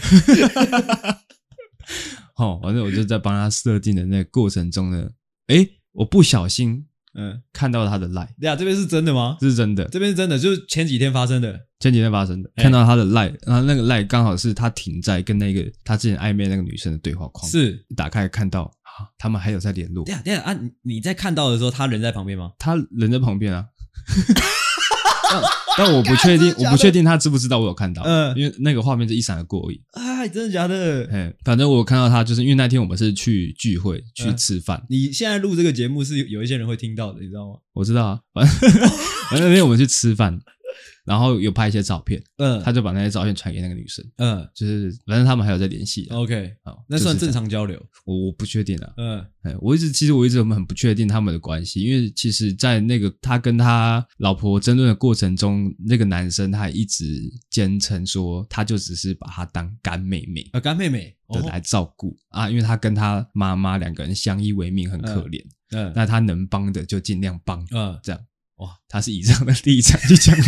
C: 好、哦反正我就在帮他设定的那个过程中呢，诶，我不小心
A: 嗯，
C: 看到他的赖，
A: 对啊，这边是真的吗？
C: 这是真的，
A: 这哎边是真的，就是前几天发生的。
C: 前几天发生的，看到他的赖，然后那个赖刚好是他停在跟那个他之前暧昧那个女生的对话框，
A: 是，
C: 打开看到啊，他们还有在联络
A: 对，啊，对啊，啊，你你在看到的时候，他人在旁边吗？
C: 他人在旁 边啊。但但我不确定，
A: 真的假的
C: 我不确定他知不知道我有看到，
A: 嗯
C: 因为那个画面是一闪而过而已。
A: 哎，真的假的？
C: 哎，反正我看到他，就是因为那天我们是去聚会去
A: 嗯
C: 吃饭，
A: 你现在录这个节目是有有一些人会听到的，你知道吗？
C: 我知道啊，反正反正那天我们去吃饭，然后有拍一些照片，
A: 嗯，
C: 他就把那些照片传给那个女生，
A: 嗯
C: 就是反正他们还有在联系啊。
A: ，OK，
C: 哦
A: 那算正。
C: 就是这样
A: 常交流。
C: 我我不确定啊，
A: 嗯
C: 哎，我一直其实我一直很不确定他们的关系，因为其实，在那个他跟他老婆争论的过程中，那个男生他一直坚称说，他就只是把她当干妹妹
A: 啊，干妹妹，
C: 的
A: 哦，
C: 来照顾、啊，因为他跟他妈妈两个人相依为命，很可怜。
A: 嗯
C: 那他能帮的就尽量帮，
A: 嗯，
C: 这样
A: 哇，
C: 他是以这样的立场去 讲的。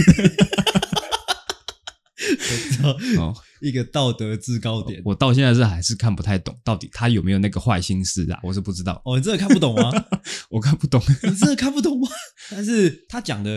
C: 哦，
A: 一个道德制高点。
C: 我到现在是还是看不太懂，到底他有没有那个坏心思啊？我是不知道，
A: 哦，你真的看不懂吗？
C: 我看不懂。
A: 你真的看不懂吗？但是他讲的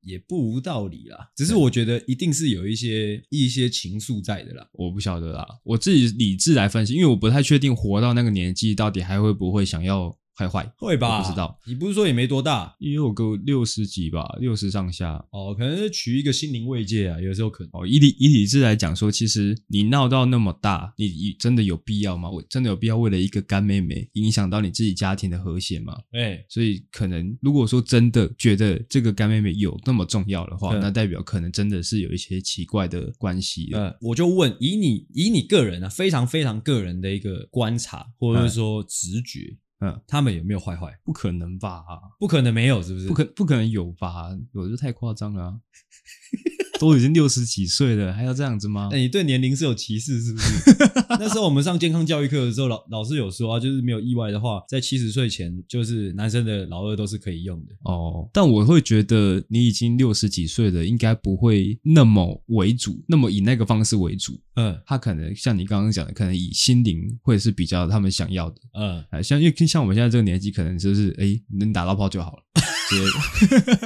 A: 也不无道理啦。只是我觉得一定是有一些一些情愫在的啦。
C: 我不晓得啦，我自己理智来分析，因为我不太确定活到那个年纪到底还会不会想要坏坏，
A: 会吧？
C: 我不知道，
A: 你不是说也没多大
C: 也有个六十几吧，六十上下。
A: 哦？可能是取一个心灵慰藉啊，有时候可能。
C: 哦，以理以理智来讲说，其实你闹到那么大，你你真的有必要吗？我真的有必要为了一个干妹妹影响到你自己家庭的和谐吗？
A: 哎、
C: 所以可能如果说真的觉得这个干妹妹有那么重要的话，
A: 嗯
C: 那代表可能真的是有一些奇怪的关系了。
A: 呃，我就问，以你以你个人啊，非常非常个人的一个观察，或者是说直觉，
C: 嗯，
A: 他们有没有坏坏？
C: 不可能吧？
A: 不可能没有，是不是？
C: 不可不可能有吧？有就太夸张了啊、都已经六十几岁了，还要这样子吗？
A: 哎那、你对年龄是有歧视是不是？那时候我们上健康教育课的时候，老老师有说啊，就是没有意外的话，在七十岁前，就是男生的老二都是可以用的。
C: 哦，但我会觉得你已经六十几岁了，应该不会那么为主，那么以那个方式为主。
A: 嗯
C: 他可能像你刚刚讲的，可能以心灵会是比较他们想要的。
A: 嗯，
C: 啊，像因为像我们现在这个年纪，可能就是哎能打到炮就好了之类的。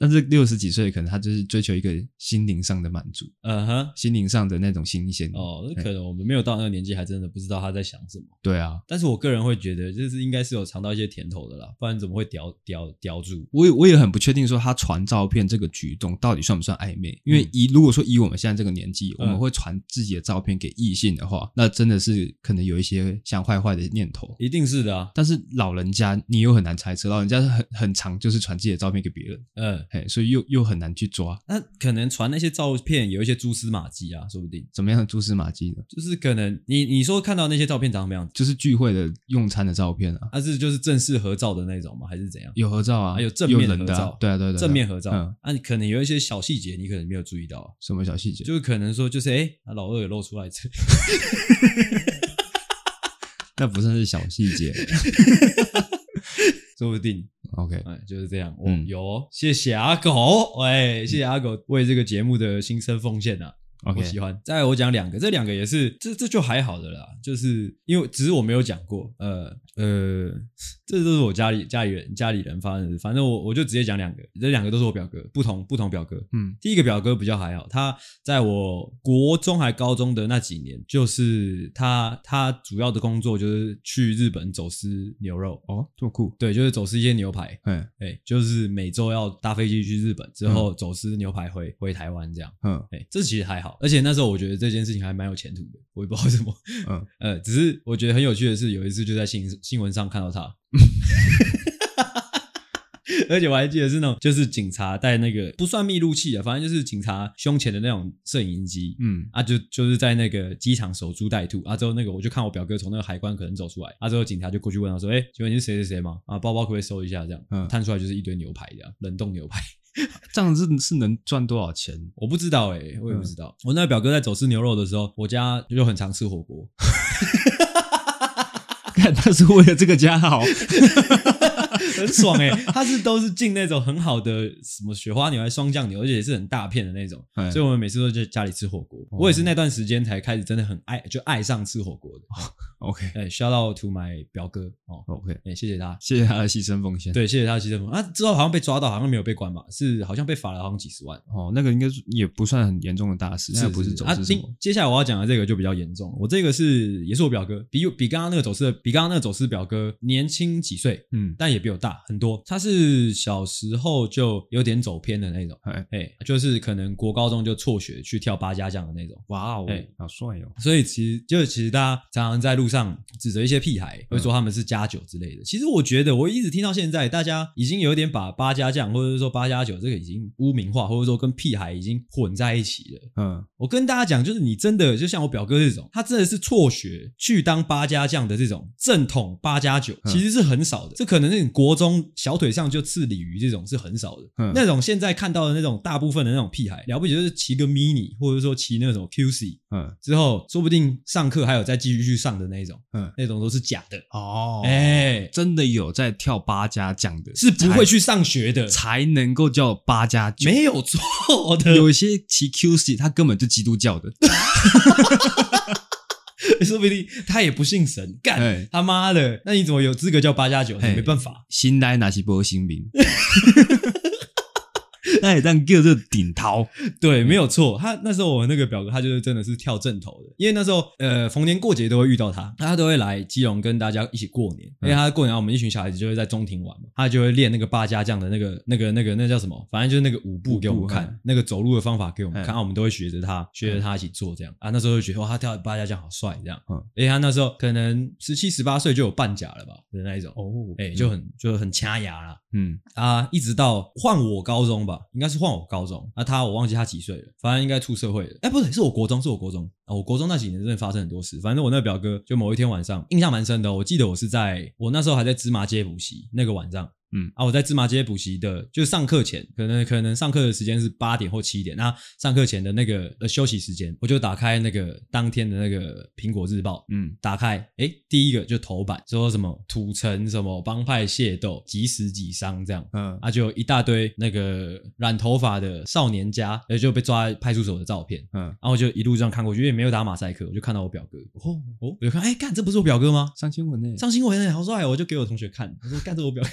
C: 但是六十几岁，可能他就是追求一个心灵上的满足，
A: 嗯哼，
C: 心灵上的那种新鲜。
A: 哦，那可能我们没有到那个年纪，还真的不知道他在想什么。
C: 对啊，
A: 但是我个人会觉得，就是应该是有尝到一些甜头的啦，不然怎么会叼叼叼住？
C: 我也我也很不确定说他传照片这个举动到底算不算暧昧，因为
A: 嗯
C: 以如果说以我们现在这个年纪，我们会传自己的照片给异性的话，那真的是可能有一些想坏坏的念头。
A: 一定是的啊。
C: 但是老人家你又很难猜测，老人家是很很常就是传自己的照片给别人，
A: 嗯，
C: 嘿，所以又又很难去抓
A: 那可能传那些照片有一些蛛丝马迹啊，说不定
C: 怎么样的蛛丝马迹呢？
A: 就是可能你你说看到那些照片长什么样子？
C: 就是聚会的用餐的照片啊，
A: 它、是就是正式合照的那种吗？还是怎样？
C: 有合照啊，
A: 还有正面
C: 人的啊
A: 合照
C: 对啊对啊对啊对啊
A: 正面合照，
C: 嗯，
A: 啊，你可能有一些小细节，你可能没有注意到啊，
C: 什么小细节？
A: 就是可能说就是哎、诶啊老二有露出来， 这
C: 那不算是小细节
A: 说不定
C: ，OK。
A: 哎就是这样。我、
C: 嗯
A: 有哦谢谢阿狗，哎，谢谢阿狗为这个节目的心声奉献啊。
C: OK，
A: 我喜欢。再来我讲两个，这两个也是，这这就还好的啦，就是因为只是我没有讲过，呃呃，这都是我家里家里人家里人发生的事，反正我我就直接讲两个，这两个都是我表哥，不同不同表哥。
C: 嗯，
A: 第一个表哥比较还好，他在我国中还高中的那几年，就是他他主要的工作就是去日本走私牛肉，
C: 哦，这么酷，
A: 对，就是走私一些牛排，
C: 嘿，
A: 哎，就是每周要搭飞机去日本，之后走私牛排回回台湾这样。
C: 嗯
A: 哎、这其实还好，而且那时候我觉得这件事情还蛮有前途的，我也不知道为什么，
C: 嗯，
A: 呃，只是我觉得很有趣的是，有一次就在新新闻上看到他， 而且我还记得是那种就是警察带那个不算密录器啊，反正就是警察胸前的那种摄影机，
C: 嗯，
A: 啊，就就是在那个机场守株待兔啊，之后那个我就看我表哥从那个海关可能走出来，啊，之后警察就过去问他说，哎、请问你是谁谁谁吗？啊，包包可不可以收一下？这样，
C: 嗯
A: 探出来就是一堆牛排这样，冷冻牛排。
C: 这样子是能赚多少钱？
A: 我不知道哎、我也不知道。我那个表哥在走私牛肉的时候，我家就很常吃火锅，
C: 看他是为了这个家好，
A: 很爽哎、他是都是进那种很好的什么雪花牛还是双酱牛，而且也是很大片的那种，
C: 哎
A: 所以我们每次都在家里吃火锅。我也是那段时间才开始真的很爱，就爱上吃火锅的。
C: OK
A: 哎、s h o u t out to my 表哥哦，
C: OK，
A: 哎、谢谢他。
C: 谢谢他的牺牲奉献。，
A: 对，谢谢他的牺牲啊！之后好像被抓到，好像没有被关吧？是好像被罚了，好像几十万。
C: 哦，那个应该是也不算很严重的大事，那不是走
A: 啊，
C: 私什
A: 接
C: 么？
A: 接下来我要讲的这个就比较严重，我这个是也是我表哥，比比刚刚那个走私的，比刚刚那个走私表哥年轻几岁，
C: 嗯，
A: 但也比我大很多。他是小时候就有点走偏的那种，
C: 哎，
A: 哎、就是可能国高中就辍学去跳八家将的那种。
C: 哇哦
A: 哎，
C: 好帅哦！
A: 所以其实就其实大家常常在路上指责一些屁
C: 嗯
A: 孩，会说他们是加酒之类的。其实我觉得，我一直听到现在，大家已经有点把八加酱或者是说八加九这个已经污名化，或者说跟屁孩已经混在一起了。
C: 嗯，
A: 我跟大家讲，就是你真的就像我表哥这种，他真的是辍学去当八家将的这种正统八加九，
C: 嗯
A: 其实是很少的。这可能是你国中小腿上就刺鲤鱼这种是很少的。
C: 嗯
A: 那种现在看到的那种大部分的那种屁孩，了不起就是骑个 mini，或者说骑那种 QC，
C: 嗯
A: 之后，说不定上课还有再继续去上的那一种，
C: 嗯，
A: 那种都是假的，
C: 哦，
A: 哎、
C: 真的有在跳八家将的，
A: 是不会去上学的，
C: 才能够叫八加九。
A: 没有错的。
C: 有些骑 QC，他根本就基督教的，
A: 说不定他也不信神，干
C: 哎
A: 他妈的，那你怎么有资格叫八加九？你
C: 哎
A: 没办法，
C: 新来拿起波新兵，那也当叫做顶头。嗯
A: 对，没有错。他那时候我那个表哥，他就是真的是跳正头的，因为那时候呃逢年过节都会遇到他，他都会来基隆跟大家一起过年。因
C: 嗯
A: 为他过年，我们一群小孩子就会在中庭玩嘛，他就会练那个八家将的那个、那个、那个、那叫什么？反正就是那个舞步给我们
C: 舞步
A: 看，那个走路的方法给我们
C: 嗯
A: 看，啊，我们都会学着他，学着他一起做这样啊。那时候就觉得哇，他跳八家将好帅这样。
C: 嗯
A: 而且他那时候可能十七、十八岁就有半甲了吧的那一种，
C: 哦
A: 哎、就很就很掐牙啦。
C: 嗯，
A: 啊，一直到换我高中吧，应该是换我高中。那、他我忘记他几岁了，反正应该出社会了。哎、不对，是我国中，是我国中啊。我国中那几年真的发生很多事。反正我那个表哥，就某一天晚上，印象蛮深的哦、我记得我是在我那时候还在芝麻街补习，那个晚上。
C: 嗯
A: 啊，我在芝麻街补习的，就是上课前，可能可能上课的时间是八点或七点，那上课前的那个呃休息时间，我就打开那个当天的那个苹果日报，
C: 嗯
A: 打开，哎，第一个就头版说什么土城什么帮派械斗，几死几伤这样，
C: 嗯
A: 啊，就有一大堆那个染头发的少年家，呃，就被抓在派出所的照片。
C: 嗯，
A: 然后我就一路这样看过去，因为没有打马赛克，我就看到我表哥。哦哦，我就看，哎，干，这不是我表哥吗？
C: 上新闻呢，
A: 上新闻了，好帅哦！我就给我同学看，我说干这我表哥。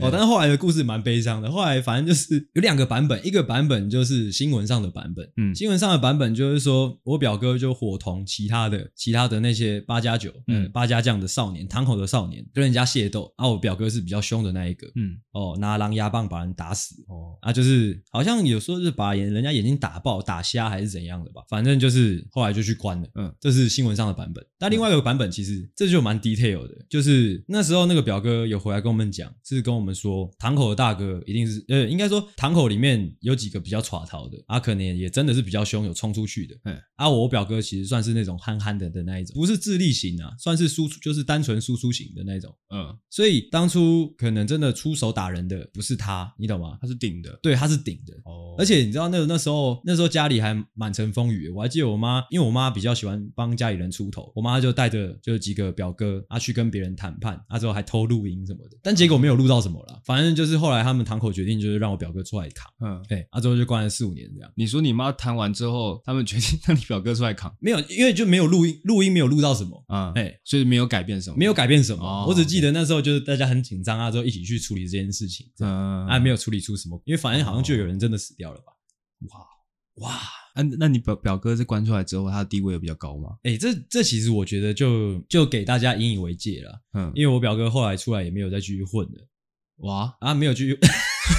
A: 哦，但是后来的故事蛮悲伤的。后来反正就是有两个版本，一个版本就是新闻上的版本，
C: 嗯
A: 新闻上的版本就是说我表哥就伙同其他的其他的那些八加九、嗯
C: 嗯
A: 八加酱的少年、堂口的少年跟人家械斗，啊，我表哥是比较凶的那一个，
C: 嗯
A: 哦，拿狼牙棒把人打死，
C: 哦，
A: 啊，就是好像有说是把眼人家眼睛打爆、打瞎还是怎样的吧，反正就是后来就去关了。
C: 嗯，
A: 这是新闻上的版本。但另外一个版本其实这就蛮 detail 的，就是那时候那个表哥有回来跟我们讲，是跟我们说堂口的大哥一定是呃，应该说堂口里面有几个比较耍逃的，啊，可能也真的是比较凶，有冲出去的。
C: 嗯，
A: 啊，我表哥其实算是那种憨憨的的那一种，不是智力型啊，算是输出就是单纯输出型的那种。
C: 嗯，
A: 所以当初可能真的出手打人的不是他，你懂吗？
C: 他是顶的
A: 对，他是顶的。
C: 哦
A: 而且你知道那那时候那时候家里还满城风雨，欸我还记得我妈，因为我妈比较喜欢帮家里人出头，我妈就带着就几个表哥啊去跟别人谈判，啊之后还偷录音什么的，但结果没有录到什么啦。反正就是后来他们堂口决定就是让我表哥出来扛，
C: 嗯，
A: 哎、啊之后就关了四五年这样。
C: 你说你妈谈完之后，他们决定让你表哥出来扛
A: 没有，因为就没有录音，录音没有录到什么，
C: 啊，
A: 哎、
C: 所以没有改变什么，
A: 没有改变什么。
C: 哦
A: 我只记得那时候就是大家很紧张啊，之后一起去处理这件事情，这样
C: 嗯
A: 啊没有处理出什么，因为反正好像就有人真的死掉了吧？哇哇！
C: 啊，那你表表哥是关出来之后，他的地位有比较高吗？
A: 哎、这这其实我觉得就就给大家引以为戒了，
C: 嗯，
A: 因为我表哥后来出来也没有再继续混了
C: 哇，
A: 啊，没有继续，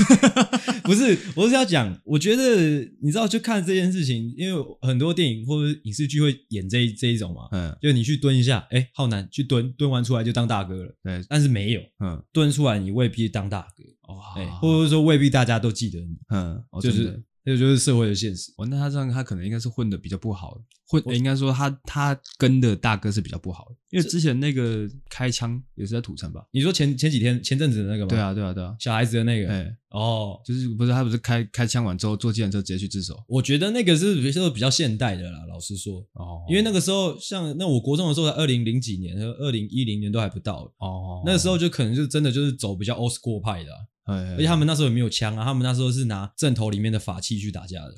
A: 不是，我是要讲，我觉得你知道，就看这件事情，因为很多电影或者影视剧会演这一这一种嘛，
C: 嗯，
A: 就你去蹲一下，哎、浩南去蹲，蹲完出来就当大哥了，
C: 对，
A: 但是没有
C: 嗯，
A: 蹲出来，你未必当大哥，
C: 哇
A: 哎、或者说未必大家都记得你，
C: 嗯，哦
A: 就
C: 真的
A: 是这就是社会的现实。
C: 哦，那他这样，他可能应该是混的比较不好，混、呃应该说他他跟的大哥是比较不好的，因为之前那个开枪也是在土城吧？
A: 你说前前几天前阵子的那个吗？
C: 对，啊，对啊，对啊，
A: 小孩子的那个，
C: 哎、
A: 哦，
C: 就是不是他不是开开枪完之后坐计程车直接去自首
A: 我觉得那个是比较比较现代的啦，老实说，
C: 哦
A: 因为那个时候像那我国中的时候才二零零几年，二零一零年都还不到，
C: 哦
A: 那时候就可能就真的就是走比较 old school 派的啊、
C: 哎
A: 而且他们那时候也没有枪啊，他们那时候是拿正头里面的法器去打架的。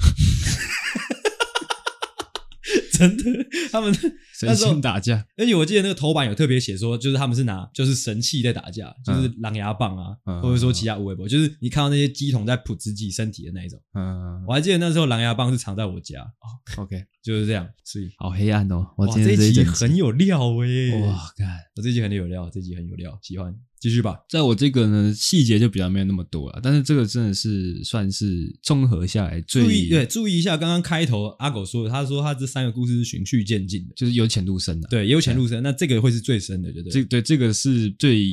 A: 真的，他们
C: 神
A: 那时候
C: 仙打架，
A: 而且我记得那个头版有特别写说，就是他们是拿就是神器在打架，就是狼牙棒啊，
C: 嗯
A: 或者说其他无为博，就是你看到那些鸡桶在扑自己身体的那一种。
C: 嗯
A: 我还记得那时候狼牙棒是藏在我家，
C: ，OK，
A: 就是这样，所以
C: 好黑暗哦，我
A: 哇，
C: 今天
A: 一
C: 一
A: 集
C: 整
A: 很有料诶、
C: 哇，干。
A: 我这一集很有料，这一集很有料，喜欢，继续吧。
C: 在我这个呢，细节就比较没有那么多了，但是这个真的是算是综合下来最
A: 注意对，注意一下刚刚开头阿狗说的，他说他这三个故事是循序渐进的，
C: 就是由浅入深的、
A: 对，也有潜入深，那这个会是最深的，对不对？
C: 这对这个是最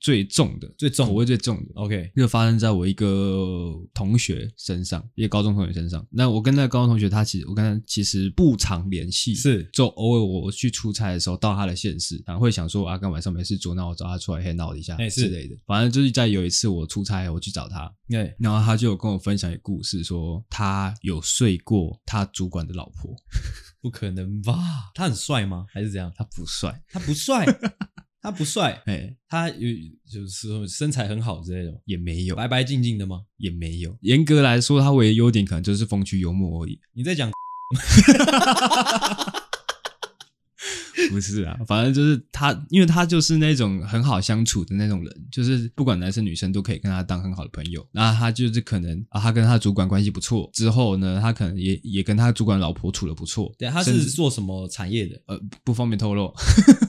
C: 最重的，
A: 最重
C: 口味最重的。
A: OK，
C: 就发生在我一个同学身上，一个高中同学身上。那我跟那个高中同学，他其实我跟他其实不常联系，
A: 是
C: 就偶尔我去出差的时候到他的县市，然后会想说啊，刚晚上没事做，那我找他出来黑闹一下、
A: 哎是
C: 之类的。反正就是在有一次我出差，我去找他，
A: 哎、
C: 然后他就有跟我分享一个故事说他有睡过他主管的老婆。
A: 不可能吧？他很帅吗？还是怎样？
C: 他不帅，
A: 他不 帅，他不帅，
C: 哎，
A: 他有就是身材很好之类的吗，
C: 也没有，
A: 白白净净的吗？
C: 也没有。严格来说，他唯一的优点可能就是风趣幽默而已。
A: 你在讲
C: 不是啊，反正就是他，因为他就是那种很好相处的那种人，就是不管男生女生都可以跟他当很好的朋友。那他就是可能啊，他跟他主管关系不错，之后呢，他可能也也跟他主管老婆处的不错。
A: 对，他
C: 甚
A: 是
C: 至
A: 做什么产业的？
C: 呃不不方便透露，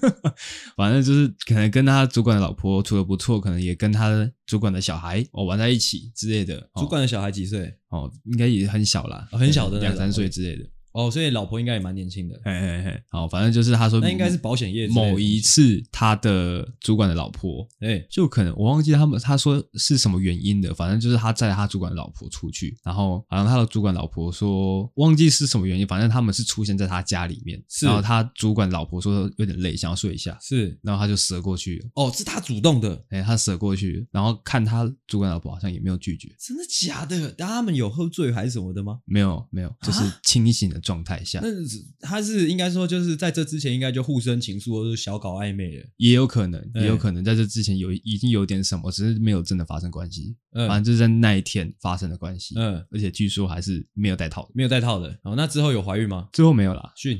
C: 反正就是可能跟他主管的老婆处的不错，可能也跟他主管的小孩哦玩在一起之类的。哦
A: 主管的小孩几岁？
C: 哦，应该也很小啦，
A: 哦很小的那
C: 两
A: 种
C: 三岁之类的。
A: 哦，所以老婆应该也蛮年轻的。
C: 嘿嘿嘿，好，反正就是他说
A: 那应该是保险业之类的
C: 嗯某一次他的主管的老婆，
A: 哎，
C: 就可能我忘记他们他说是什么原因的，反正就是他载他主管的老婆出去，然后好像他的主管老婆说忘记是什么原因，反正他们是出现在他家里面，
A: 是
C: 然后他主管老婆说有点累，想要睡一下，
A: 是
C: 然后他就折过去了，
A: 哦，是他主动的，
C: 哎，他折过去了，然后看他主管老婆好像也没有拒绝，
A: 真的假的？但他们有喝醉还是什么的吗？
C: 没有没有，就是
A: 啊
C: 清醒的状态下，
A: 那只他是应该说，就是在这之前应该就互生情愫，或者是小搞暧昧了。
C: 也有可能，
A: 哎
C: 也有可能在这之前有已经有点什么，只是没有真的发生关系，反正
A: 嗯
C: 就是在那一天发生的关系，
A: 嗯，
C: 而且据说还是没有戴套的，
A: 没有带套的。哦，那之后有怀孕吗？
C: 最后没有啦。
A: 训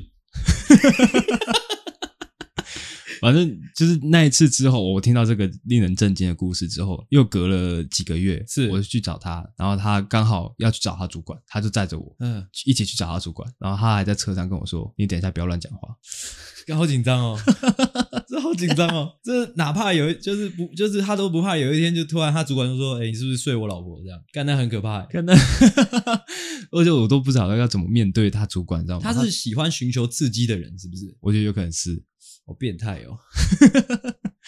C: 反正就是那一次之后，我听到这个令人震惊的故事之后，又隔了几个月，
A: 是
C: 我就去找他，然后他刚好要去找他主管，他就载着我。
A: 嗯，
C: 一起去找他主管，然后他还在车上跟我说：“你等一下，不要乱讲话。
A: 好紧张 哦，这好紧张哦，这哪怕有一就是不就是他都不怕，有一天就突然他主管就说：“哎、你是不是睡我老婆？”这样干那很可怕”欸。
C: 可能，而且我都不知道要怎么面对他主管，你知道 吗？
A: 他是喜欢寻求刺激的人，是不是？
C: 我觉得有可能是，
A: 好变态 哦！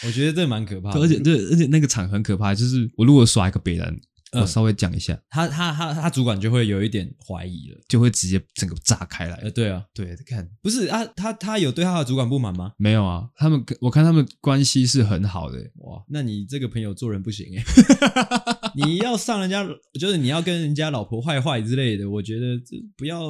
A: 我觉得这蛮可怕的。
C: 而且对，而且那个场很可怕，就是我如果耍一个别人，
A: 嗯
C: 我稍微讲一下，
A: 他他他他主管就会有一点怀疑了。
C: 就会直接整个炸开来。
A: 呃，对啊，
C: 对，看
A: 不是啊，他他有对他的主管不满吗？
C: 没有啊？他们我看他们关系是很好的，
A: 哇，那你这个朋友做人不行哎、 你要上人家，就是你要跟人家老婆坏坏之类的，我觉得这不要。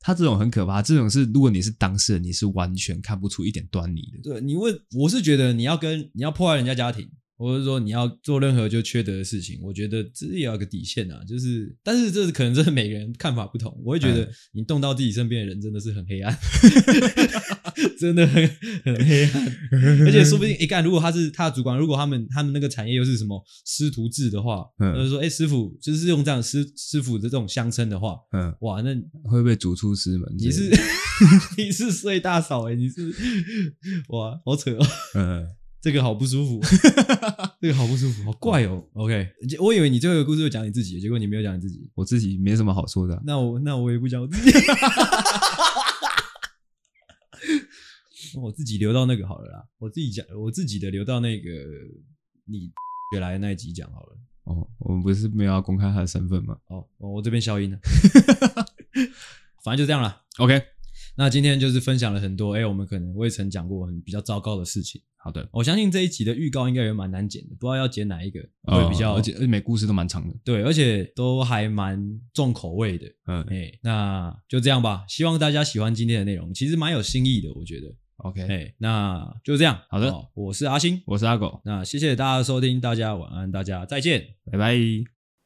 C: 他这种很可怕，这种是如果你是当事人，你是完全看不出一点端倪的。
A: 对你问，我是觉得你要跟你要破坏人家家庭，或者说你要做任何就缺德的事情，我觉得这也要有个底线啊。就是，但是这可能真的每个人看法不同，我会觉得你动到自己身边的人真的是很黑暗， 真的很很黑暗。而且说不定一干、如果他是他的主管，如果他们他们那个产业又是什么师徒制的话，
C: 嗯
A: 嗯，就是说，哎、师傅就是用这样师师傅的这种相称的话，
C: 嗯，
A: 哇，那
C: 会被逐出师门之
A: 你
C: 类 的。
A: 是你是睡大嫂哎、你是 哇，好扯哦，
C: 嗯，
A: 这个好不舒 服， 这个好不舒服，好怪哦。OK，我以为你最后一个故事会讲你自己，结果你没有讲你自己，
C: 我自己没什么好说的啊、
A: 那我那我也不讲我 自己。我自己留到那个好了啦，我自己讲，我自己的留到那个你 学来的那一集讲好了。
C: 哦，我们不是没有要公开他的身份吗
A: 哦，我我这边消音了， 反正就这样啦。
C: ？OK，
A: 那今天就是分享了很多，哎、我们可能未曾讲过很比较糟糕的事情。
C: 好的，
A: 我相信这一集的预告应该也蛮难剪的，不知道要剪哪一个会比较、
C: 哦而且而且每故事都蛮长的。
A: 对，而且都还蛮重口味的。
C: 嗯
A: 哎、那就这样吧，希望大家喜欢今天的内容，其实蛮有新意的，我觉得。
C: ，OK，、
A: 哎、那就这样，
C: 好的
A: 哦我是阿星，
C: 我是阿狗，
A: 那谢谢大家的收听，大家晚安，大家再见。
C: 拜拜。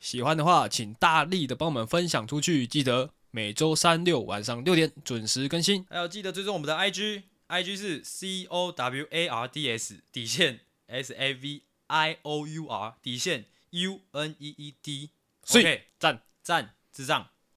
F: 喜欢的话，请大力的帮我们分享出去，记得每周三六晚上六点准时更新。
G: 还有记得追踪我们的 IG，IG 是 C O W A R D S 底线 S A V I O U R 底线 U N E E D，
F: 所以
G: OK，赞赞智障。